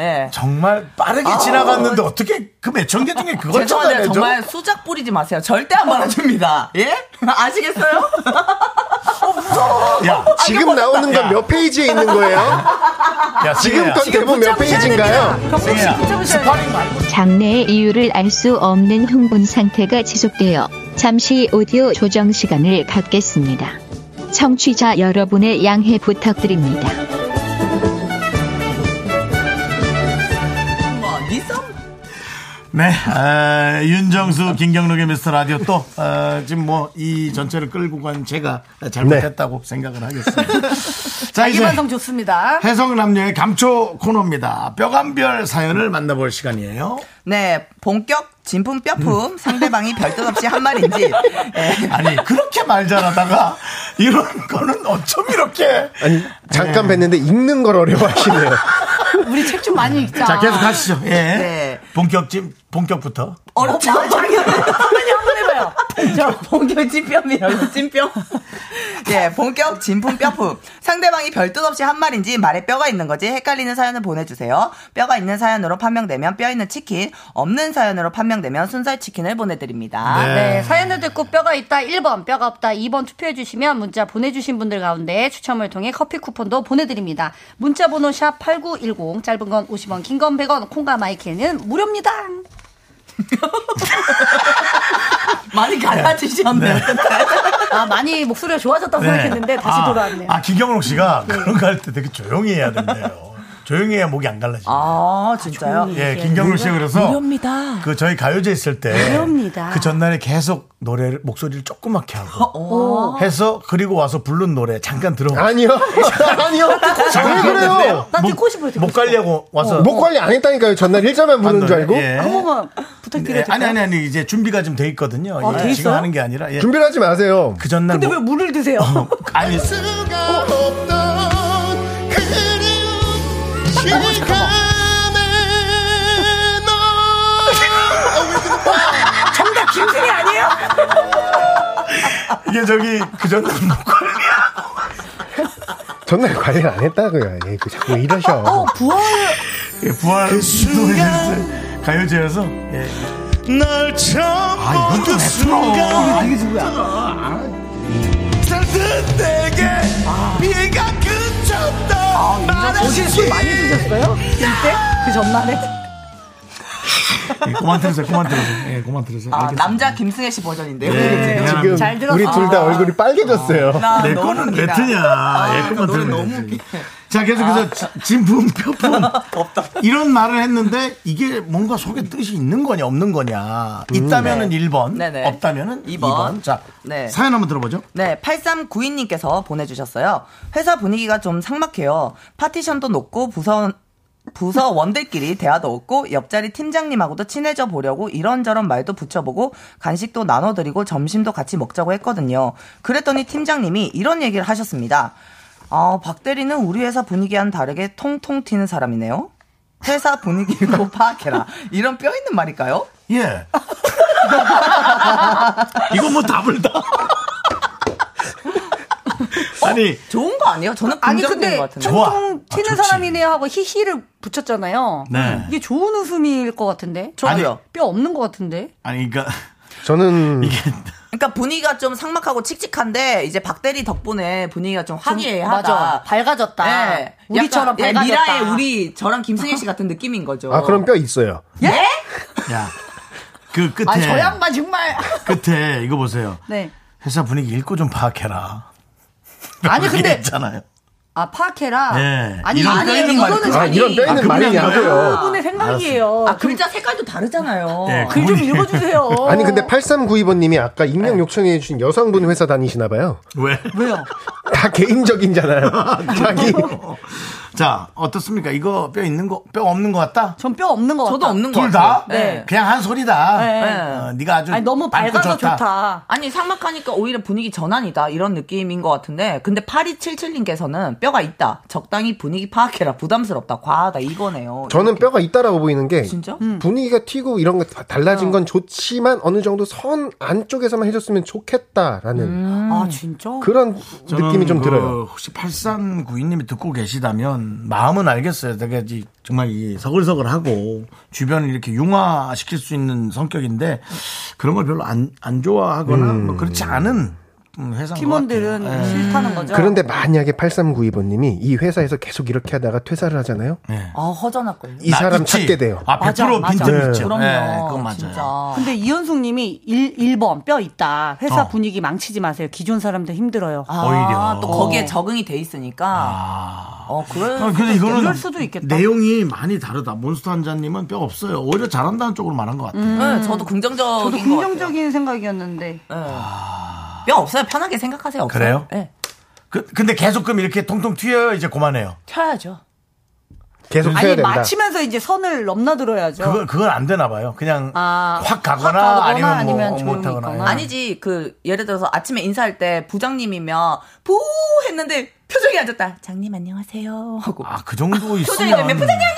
예. 정말 빠르게 아, 지나갔는데 어떻게 그 몇 천 개 중에 그걸 죄송한데 찾아내죠? 정말 수작 뿌리지 마세요. 절대 안 말아줍니다. 예? 아시겠어요? 야, 지금 나오는 건 몇 페이지에 있는 거예요? 야, 지금 건 아, 지금 네. 대본 몇 페이지인가요? 장래의 이유를 알 수 없는 흥분 상태가 지속되어 잠시 오디오 조정 시간을 갖겠습니다. 청취자 여러분의 양해 부탁드립니다. 뭐 니썸? 네, 아, 윤정수, 김경록의 미스터 라디오 또 아, 지금 뭐 이 전체를 끌고 간 제가 잘못했다고 생각을 하겠습니다. 자 자기 이제 반성 좋습니다. 해성남녀의 감초 코너입니다. 뼈감별 사연을 만나볼 시간이에요. 네, 본격 진품 뼈품 음. 상대방이 별뜻 없이 한 <laughs> 말인지 예, 아니 그렇게 말 잘하다가 이런 거는 어쩜 이렇게 아니 잠깐 뵀는데 읽는 걸 어려워하시네요. 우리 책 좀 많이 읽자. 자 계속 하시죠. 예, 네. 본격집 본격부터 어렵죠. 자기 한번 해봐요. 저 본격 찐뺨이라고 찐뺨. 예, 본격 진품 뼈품. 상대방이 별뜻 없이 한 말인지 말에 뼈가 있는 거지 헷갈리는 사연을 보내주세요. 뼈가 있는 사연으로 판명되면 뼈 있는 치킨, 없는 사연으로 판명되면 순살 치킨을 보내드립니다. 네, 사연을 듣고 뼈가 있다 1번, 뼈가 없다 2번 투표해주시면 문자 보내주신 분들 가운데 추첨을 통해 커피 쿠폰도 보내드립니다. 문자 번호 샵 8910, 짧은 건 50원, 긴 건 100원, 콩과 마이크는 무료입니다. 많이 갈라지셨네요. 아, 많이 목소리가 좋아졌다고 네. 생각했는데 다시 아, 돌아왔네요. 아 김경록 씨가 그런 거 할 때 되게 조용히 해야 된대요. 조용히 해야 목이 안 갈라지죠. 아 진짜요? 예, 김경록 씨가 그래서 무료입니다. 그 저희 가요제 있을 때 무료입니다. 그 전날에 계속 노래를 목소리를 조그맣게 어, 하고 오. 해서 그리고 와서 부른 노래 잠깐 들어. 아니요. <laughs> 아니요. 왜 그래요? 나 듣고 싶어요. 어, 듣고 목 관리하고 와서 목 관리 안 했다니까요. 전날 일자만 부르는 줄 알고. 예. 한 번만 부탁드려도 네, 아니 아니 아니 이제 준비가 좀 돼 있거든요. 아, 예, 돼 지금 있어요? 하는 게 아니라 예. 준비를 하지 마세요. 그 전날 근데 목- 왜 물을 드세요? 뭐. 아니 정답 김승희 아니에요? 이게 저기 그 전날 목 관리 전날 관리를 안 했다고요. 예, 그 자꾸 이러셔. 어. 부활. 예, 부활 그 노래였어요. 가요제여서 예. 널 처음 아그 이건 좀 보는 레트로. 순간 이게 누구야? 살듯 내게 비가 아, 그쳤다 어제 술 많이 드셨어요? 이때? 그 전날에? 예, 그만 들으세요. 그만 들으세요. 예, 그만 들으세요. 아, 알겠습니다. 남자 김승혜 씨 버전인데요. 예, 지금. 지금 잘 들었어. 우리 둘 다 얼굴이 빨개졌어요. 아. 나 내 아, 너무 거는 왜 웃기다. 트냐. 아, 예, 이거 그만 노래 들으면 너무 아. 되지. 웃기. 자, 계속해서 지- 진품, <laughs> 표품. 이런 말을 했는데 이게 뭔가 속에 뜻이 있는 거냐, 없는 거냐. 있다면은 네. 1번, 네네. 없다면은 2번. 이번. 자, 네. 사연 한번 들어보죠. 네, 8392님께서 보내주셨어요. 회사 분위기가 좀 삭막해요. 파티션도 높고 부서 부서 원들끼리 대화도 없고 옆자리 팀장님하고도 친해져 보려고 이런저런 말도 붙여보고 간식도 나눠드리고 점심도 같이 먹자고 했거든요. 그랬더니 팀장님이 이런 얘기를 하셨습니다. 아, 박 대리는 우리 회사 분위기와는 다르게 통통 튀는 사람이네요. 회사 분위기로 <laughs> 파악해라. 이런 뼈 있는 말일까요? 예. <laughs> 이거 뭐 답을 다. <laughs> 아니, 좋은 거 아니에요? 저는 아니 긍정적인 근데 것 같은데. 좋아. 통통 아, 튀는 좋지. 사람이네요 하고 히히를 붙였잖아요. 네. 이게 좋은 웃음일 것 같은데. 저도요. 아니, 뼈 없는 것 같은데. 아니, 그러니까 저는 그러니까 분위기가 좀 삭막하고 칙칙한데 이제 박 대리 덕분에 분위기가 좀 화기애애하다. 맞아. 밝아졌다. 예, 우리처럼 약간, 예, 밝아졌다. 미라의 우리 저랑 김승혜 씨 같은 느낌인 거죠. 아 그럼 뼈 있어요. 예? 야. 그 끝에 아, 저 양반 정말. 끝에 이거 보세요. 네. 회사 분위기 읽고 좀 파악해라. 아니, 근데- 얘기했잖아요. 아 파케라. 예. 아니 이런 아니 뼈 있는 말이- 이거는 아, 자기 이런 뼈 있는 그냥 말이냐고요. 여러분의 생각이에요. 아, 글자 색깔도 다르잖아요. 네, 글 좀 그분이- <laughs> 읽어주세요. 아니 근데 8392번님이 아까 익명 요청해 주신 여성분 회사 다니시나 봐요. 왜? 왜요? 다 개인적인잖아요. 자기 자 어떻습니까? 이거 뼈 있는 거 뼈 없는 거 같다? 전 뼈 없는 거 같다. 저도 없는 거 둘 같아요. 다? 그냥 한 소리다. 어, 네가 아주 밝고 아니 상막하니까 오히려 분위기 전환이다 이런 느낌인 것 같은데 근데 8277님께서는 뼈가 있다 적당히 분위기 파악해라 부담스럽다 과하다 이거네요 저는 뼈가 있다라고 보이는 게 진짜? 음. 분위기가 튀고 이런 거 어. 다- 달라진 건 좋지만 어느 정도 선 안쪽에서만 해줬으면 좋겠다라는 음. 아 진짜? 그런 저는 느낌이 좀 그 들어요. 혹시 8392님이 듣고 계시다면 마음은 알겠어요. 되게 이- 정말 이 서글서글하고 주변을 이렇게 융화시킬 수 있는 성격인데 그런 걸 별로 안, 안 좋아하거나 뭐 그렇지 않은 음, 회사인 팀원들은 것 같아요. 예. 싫다는 거죠. 그런데 만약에 8392번님이 이 회사에서 계속 이렇게 하다가 퇴사를 하잖아요. 아 허전할 거예요 이 사람 찾게 돼요. 네. 네. 아, 100% 맞아, 빈틈 맞아. 있죠. 그럼요 예, 그건 맞아요. 진짜 근데 이현숙 님이 1, 번뼈 있다. 회사 어. 분위기 망치지 마세요. 기존 사람들 힘들어요. 아, 또 거기에 적응이 돼 있으니까 어 그럴 아, 수도 근데 있겠다. 이거는 내용이 많이 다르다. 몬스터 한자님은 뼈 없어요. 오히려 잘한다는 쪽으로 말한 것 같아요. 네, 저도 긍정적인 저도 긍정적인 생각이었는데. 네. 뼈 없어요 편하게 생각하세요 없어요 아, 그래요? 네. 그, 근데 계속 그럼 이렇게 통통 튀어요. 이제 그만해요. 펴야죠. 계속 아니 맞히면서 이제 선을 넘나들어야죠. 그건 그건 안 되나 봐요. 그냥 아, 확 가거나, 확 가거나 아니면, 아니면 뭐 못하거나. 예. 아니지 그 예를 들어서 아침에 인사할 때 부장님이면 보 했는데 표정이 안 좋다. 장님 안녕하세요. 하고 아, 그 정도 표정이 있으면 되면 부장님 안녕하세요.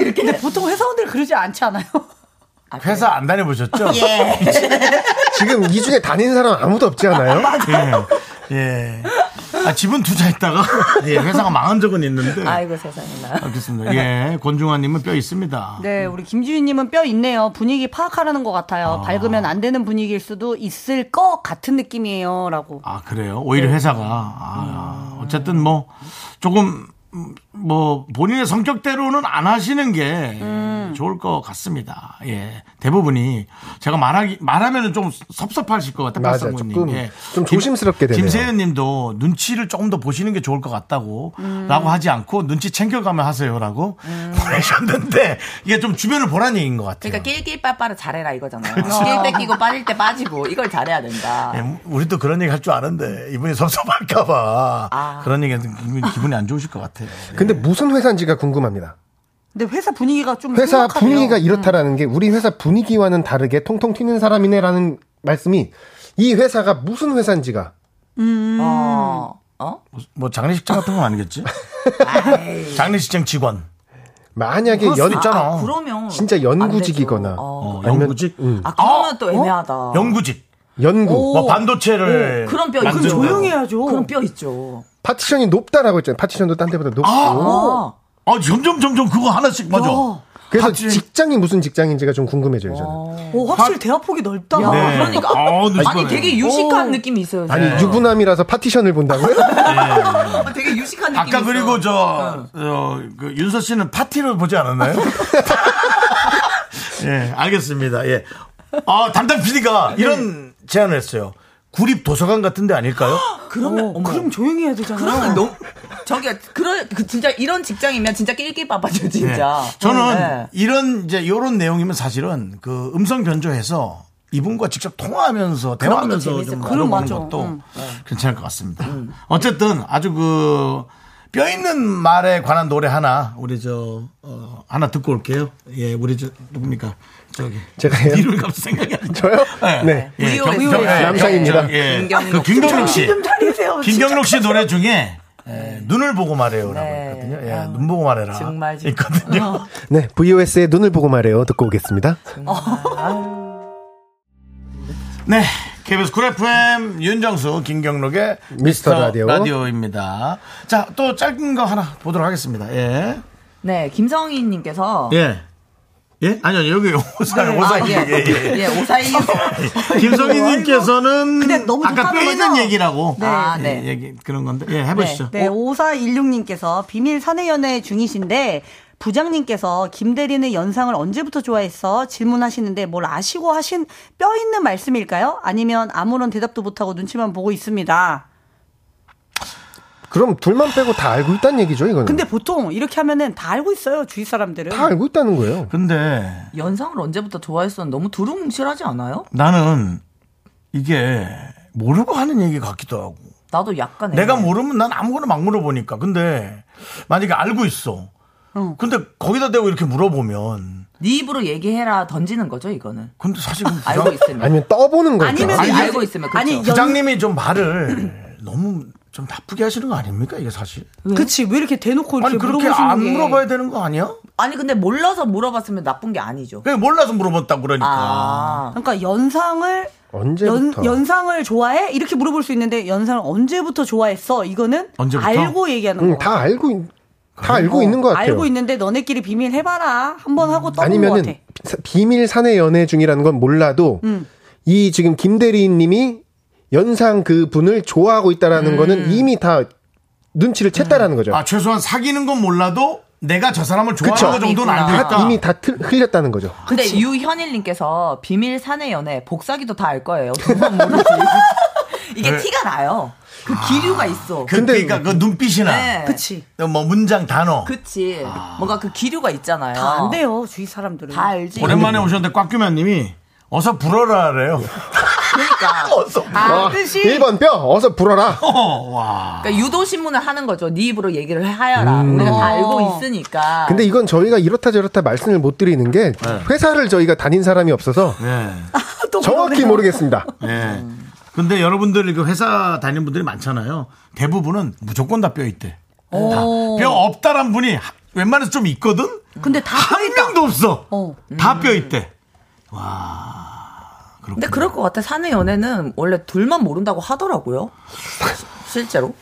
이렇게 근데 보통 회사원들 그러지 않지 않아요? 네. 회사 안 다녀보셨죠? 예. 지금 이 중에 다닌 사람 아무도 없지 않아요? 네? 예. 예. 아, 집은 투자했다가 <laughs> 예, 회사가 망한 적은 <laughs> 있는데. 아이고 세상에나. 알겠습니다. 예, 권중환님은 뼈 있습니다. 네, 우리 김지윤님은 뼈 있네요. 분위기 파악하라는 것 같아요. 밝으면 안 되는 분위기일 수도 있을 것 같은 느낌이에요.라고. 아 그래요. 오히려 회사가 아, 어쨌든 뭐 조금 음, 뭐 본인의 성격대로는 안 하시는 게 좋을 것 같습니다. 예, 대부분이 제가 말하기 말하면은 좀 섭섭하실 것 같아요. 맞아, 박상구님. 조금 예. 좀 김- 조심스럽게 되네요. 김세현님도 눈치를 조금 더 보시는 게 좋을 것 같다고 음. 라고 하지 않고 눈치 챙겨가며 하세요라고 <laughs> 보내셨는데 이게 좀 주변을 보란 얘기인 것 같아요. 그러니까 낄낄 빠빠를 잘해라 이거잖아요. 그렇죠. 낄 뺏기고 빠질 때 빠지고 이걸 잘해야 된다. 예, 우리도 그런 얘기 할 줄 아는데 이분이 섭섭할까봐 아. 그런 얘기 기분이, 기분이 안 좋으실 것 같아요. 근데 무슨 회사인지가 궁금합니다. 근데 회사 분위기가 좀 회사 심각하네요. 분위기가 음. 이렇다라는 게 우리 회사 분위기와는 다르게 통통 튀는 사람이네라는 말씀이 이 회사가 무슨 회사인지가 음. 어. 어? 뭐 장례식장 같은 건 아니겠지? 장례식장 직원. 만약에 그럴 수도 연 있잖아. 아, 그러면 진짜 연구직이거나 어, 아니면- 연구직? 어? 음. 아 그러면 또 애매하다. 연구직. 연구 오. 뭐 반도체를 오, 그럼 뼈 만드는 있죠. 거. 그럼 뼈 있죠. 파티션이 높다라고 했잖아요. 파티션도 딴 데보다 높고. 아, 어. 아, 점점 점점 그거 하나씩 맞아. 그래서 직장이 무슨 직장인지가 좀 궁금해져요, 저는. 오, 확실히 대화폭이 넓다. 야, 네. 그러니까. 아, 아니 눈치보네요. 되게 유식한 느낌이 있어요. 아니, 진짜. 네. 유부남이라서 파티션을 본다고요? <laughs> 어, 되게 유식한 느낌이 아까 그리고 저, 어, 그 윤서 씨는 파티를 보지 않았나요? <laughs> 예, 알겠습니다. 예. 아, 담당 PD가 이런 네. 제안을 했어요. 구립 도서관 같은 데 아닐까요? 그러면 어머. 그럼 조용히 해야 되잖아. 뭐. 그러면 너무 저기 그런 그 진짜 이런 직장이면 진짜 낄낄 빠빠죠 진짜. 네. 저는 네. 이런 이제 요런 내용이면 사실은 그 음성 변조해서 이분과 직접 그런 통화하면서 것도 대화하면서 재밌을 좀 것 음. 같아요. 알아보는 그럼 맞아. 것도 음. 괜찮을 것 같습니다. 어쨌든 아주 그 뼈 있는 말에 관한 노래 하나 우리 저 어, 하나 듣고 올게요. 예, 우리 저 누굽니까? 저기 제가요? 이름 갑자기 생각이 안 나요. 저요? 네. 예, 우리 경- 우리 경- 우리 예, 남상입니다. 경- 예. 김경록 그 씨. 김경록 정신 씨. 좀 차리세요. 김경록 씨 노래 중에 예, 눈을 보고 말해요라고 있거든요. 예, 눈 보고 말해라. 정말 있거든요. 네, VOS의 눈을 보고 말해요. 듣고 오겠습니다. <laughs> 네. KBS 쿨 FM 윤정수 김경록의 미스터, 라디오. 라디오. 입니다 자, 또 짧은 거 하나 보도록 하겠습니다. 예. 네 김성희님께서 예. 예? 아니요, 여기 오사, 네. 오사, 아, 이 예. 예, <laughs> 오사이. 김성희님께서는 아까 뼈 좋다는 있는 거죠? 얘기라고. 네. 예, 네. 얘기, 그런 건데. 예, 해보시죠. 네, 네 5416님께서 비밀 사내 연애 중이신데 부장님께서 김 대리는 연상을 언제부터 좋아했어? 질문하시는데 뭘 아시고 하신 뼈 있는 말씀일까요? 아니면 아무런 대답도 못하고 눈치만 보고 있습니다. 그럼 둘만 빼고 다 알고 있다는 얘기죠, 이거는. 근데 보통 이렇게 하면은 다 알고 있어요 주위 사람들은. 다 알고 있다는 거예요. 근데 연상을 언제부터 좋아했었는데 너무 두루뭉실하지 않아요? 나는 이게 모르고 하는 얘기 같기도 하고. 나도 약간 애매해. 내가 모르면 난 아무거나 막 물어보니까. 근데 만약에 알고 있어. 근데 거기다 대고 이렇게 물어보면. 네 입으로 얘기해라 던지는 거죠 이거는. 근데 사실 그 알고 있으면. 아니면 떠보는 거죠. 아니면 아니, 알고 있으면 그렇죠. 아니, 부장님이 좀 말을 너무 좀 나쁘게 하시는 거 아닙니까 이게 사실? 그치 왜 이렇게 대놓고 아니 그렇게 안 물어봐야 되는 거 아니야? 아니 근데 몰라서 물어봤으면 나쁜 게 아니죠. 그냥 몰라서 물어봤다 고 그러니까. 아. 그러니까 연상을 언제부터? 연, 상을 좋아해 이렇게 물어볼 수 있는데 연상을 언제부터 좋아했어 이거는 언제부터? 알고 얘기하는 응, 거. 다 알고 있- 다 알고 있는 어, 것 같아요. 알고 있는데 너네끼리 비밀 해봐라 한번 하고 떠는 거 같아. 아니면은 사- 비밀 사내 연애 중이라는 건 몰라도 음. 이 지금 김대리님이 연상 그 분을 좋아하고 있다라는 거는 이미 다 눈치를 챘다라는 거죠. 아 최소한 사귀는 건 몰라도 내가 저 사람을 좋아하는 거 정도는 다 알겠다. 이미 다 틀- 흘렸다는 거죠. 근데 유현일님께서 비밀 사내 연애 복사기도 다 알 거예요. 그건 모르지. 이게 네. 티가 나요. 그 기류가 있어. 그, 그러니까 그 눈빛이나 네. 그치. 뭐 문장 단어. 그치. 뭔가 그 기류가 있잖아요. 다 안 돼요 주위 사람들은. 다 알지. 오랜만에 오셨는데 꽉규만님이 어서 불어라래요. 그러니까. 와, 아, 뜻이. 1번 뼈 어서 불어라. 그러니까 유도 신문을 하는 거죠. 네 입으로 얘기를 하여라. 음. 우리가 어. 다 알고 있으니까. 근데 이건 저희가 이렇다 저렇다 말씀을 못 드리는 게 네. 회사를 저희가 다닌 사람이 없어서 정확히 <laughs> 모르겠습니다. 네. 근데 여러분들 그 회사 다니는 분들이 많잖아요. 대부분은 무조건 다 뼈 있대. 오. 뼈 없다란 분이 하- 웬만해서 좀 있거든. <laughs> 근데 다 한 명도 없어. 음. 다 뼈 있대. 근데 그럴 것 같아. 사내 연애는 원래 둘만 모른다고 하더라고요. 실제로.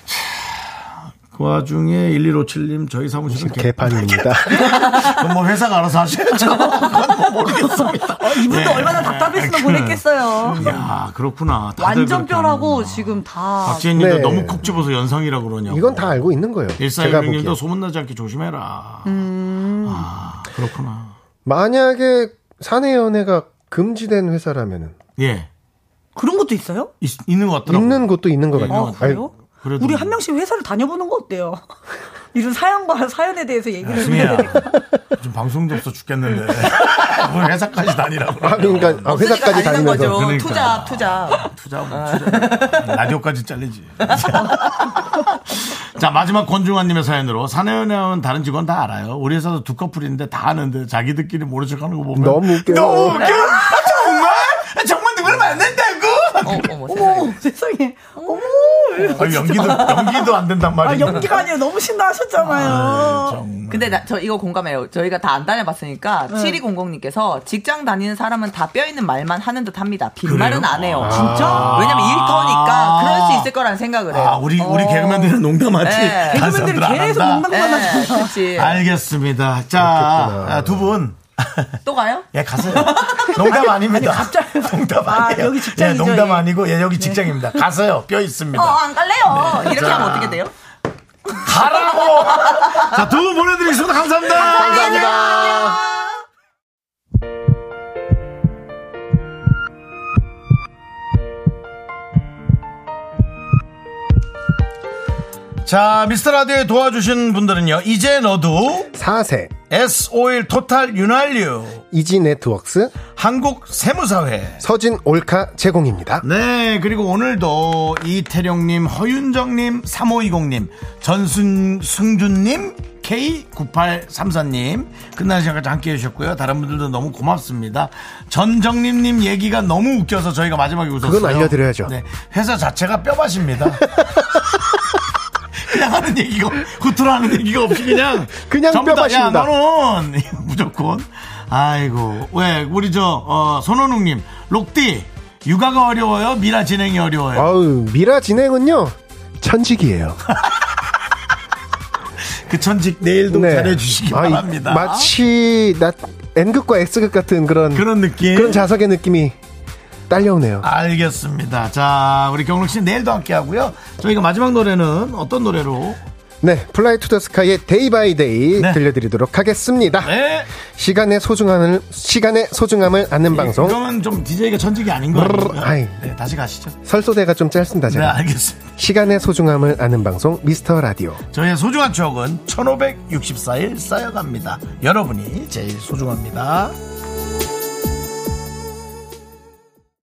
그 와중에 1157님 저희 사무실은 개판입니다. <laughs> 그럼 뭐 회사가 알아서 <laughs> 하셔야죠. 그건 뭐 모르겠습니다. 이분도 네. 그 얼마나 답답했으면 그- 보냈겠어요. 야 그렇구나. 다들 완전 그렇구나. 아, 뼈라고 지금 다. 박지혜님도 네. 너무 콕 집어서 연상이라 그러냐고. 이건 다 알고 있는 거예요. 제가 보기에. 일사일명님도 소문나지 않게 조심해라. 아 그렇구나. 만약에 사내 연애가 금지된 회사라면은 예. 그런 것도 있어요? 있, 는것 같더라고. 있는 것도 있는 것 예, 같아요. 있는 것 같아요. 아니, 그래도 뭐. 우리 한 명씩 회사를 다녀보는 거 어때요? <laughs> 이런 사연과 사연에 대해서 야, 얘기를 승희야. <laughs> 요즘 방송도 없어 죽겠는데. <laughs> 뭘 회사까지 다니라고. 아, 그러니까, 아, 없으니까 회사까지 다니는 다니면서. 거죠. 그러니까. 투자, 투자. 투자, 뭐 투자. 라디오까지 잘리지. <laughs> 자, 마지막 권중환님의 사연으로 사내연애원 다른 직원 다 알아요. 우리 회사도 두 커플인데 다 아는데 자기들끼리 모른 척 하는 거 보면. 너무 웃겨요. 너무 웃겨. 아, 정말? 아, 정말 누굴 만난다고? <laughs> 어머 세상에 어머 아, 연기도, 연기도 안 된단 네, 아, 말이야. 연기가 아니라 너무 신나하셨잖아요. 음. 근데 나, 저 이거 공감해요. 저희가 다 안 다녀봤으니까 네. 7200님께서 직장 다니는 사람은 다 뼈 있는 말만 하는 듯 합니다. 빈말은 그래요? 안 해요. 아. 진짜? 왜냐면 일터니까 아. 그럴 수 있을 거라는 생각을 해요. 아, 우리, 우리 개그맨들은 농담하지. 네. 다른 개그맨들은 사람들 안 계속 한다. 농담만 네, 하잖아. 그치. 알겠습니다. 자, 아, 두 분. 또 가요? 예, 가세요. 농담 아닙니다. 갑자기 농담 아니에요. 여기 직장이죠. 예, 농담 아니고 예, 여기 직장입니다. 가세요. 뼈 있습니다. 어, 안 갈래요. 네. 이렇게 자. 하면 어떻게 돼요? <laughs> 자, 두 분 보내드리겠습니다. 감사합니다. 감사합니다. 자, 미스터 라디오에 도와주신 분들은요. 이제 너도 4세. S5일 토탈 윤활유 이지 네트웍스. 한국 세무사회. 서진 올카 제공입니다. 네, 그리고 오늘도 이태령님, 허윤정님, 3520님, 전승준님, K9834님, 끝나는 시간까지 함께 해주셨고요. 다른 분들도 너무 고맙습니다. 전정림님 얘기가 너무 웃겨서 저희가 마지막에 웃었어요. 그건 알려드려야죠. 네, 회사 자체가 뼈밭입니다. <laughs> 그냥 하는 얘기가, 구토로 하는 얘기가 없이 그냥. 그냥 전부 다, 야, 뼈밭입니다. 너는! 무조건. <laughs> 아이고. 왜, 우리 저, 어, 손원웅님, 록디, 육아가 어려워요? 미라 진행이 어려워요? 아우, 미라 진행은요. 천직이에요. 그 천직 내일도 네. 잘해주시기 아, 이- 바랍니다. 마치 나 N극과 X극 같은 그런 그런 느낌. 그런 자석의 느낌이 딸려오네요. 아. 알겠습니다. 자, 우리 경록 씨 내일도 함께 하고요. 저희가 마지막 노래는 어떤 노래로? 네, 플라이 투 더 스카이의 데이 바이 데이 네. 들려드리도록 하겠습니다. 시간의 소중함을 시간의 소중함을 아는 네, 방송. 이거는 좀 DJ가 천직이 아닌 거 아니에요? 네, 다시 가시죠. 설소대가 좀 짧습니다, 제가. 네, 알겠습니다. 시간의 소중함을 아는 방송 미스터 라디오. 저의 소중한 추억은 1564일 쌓여갑니다. 여러분이 제일 소중합니다.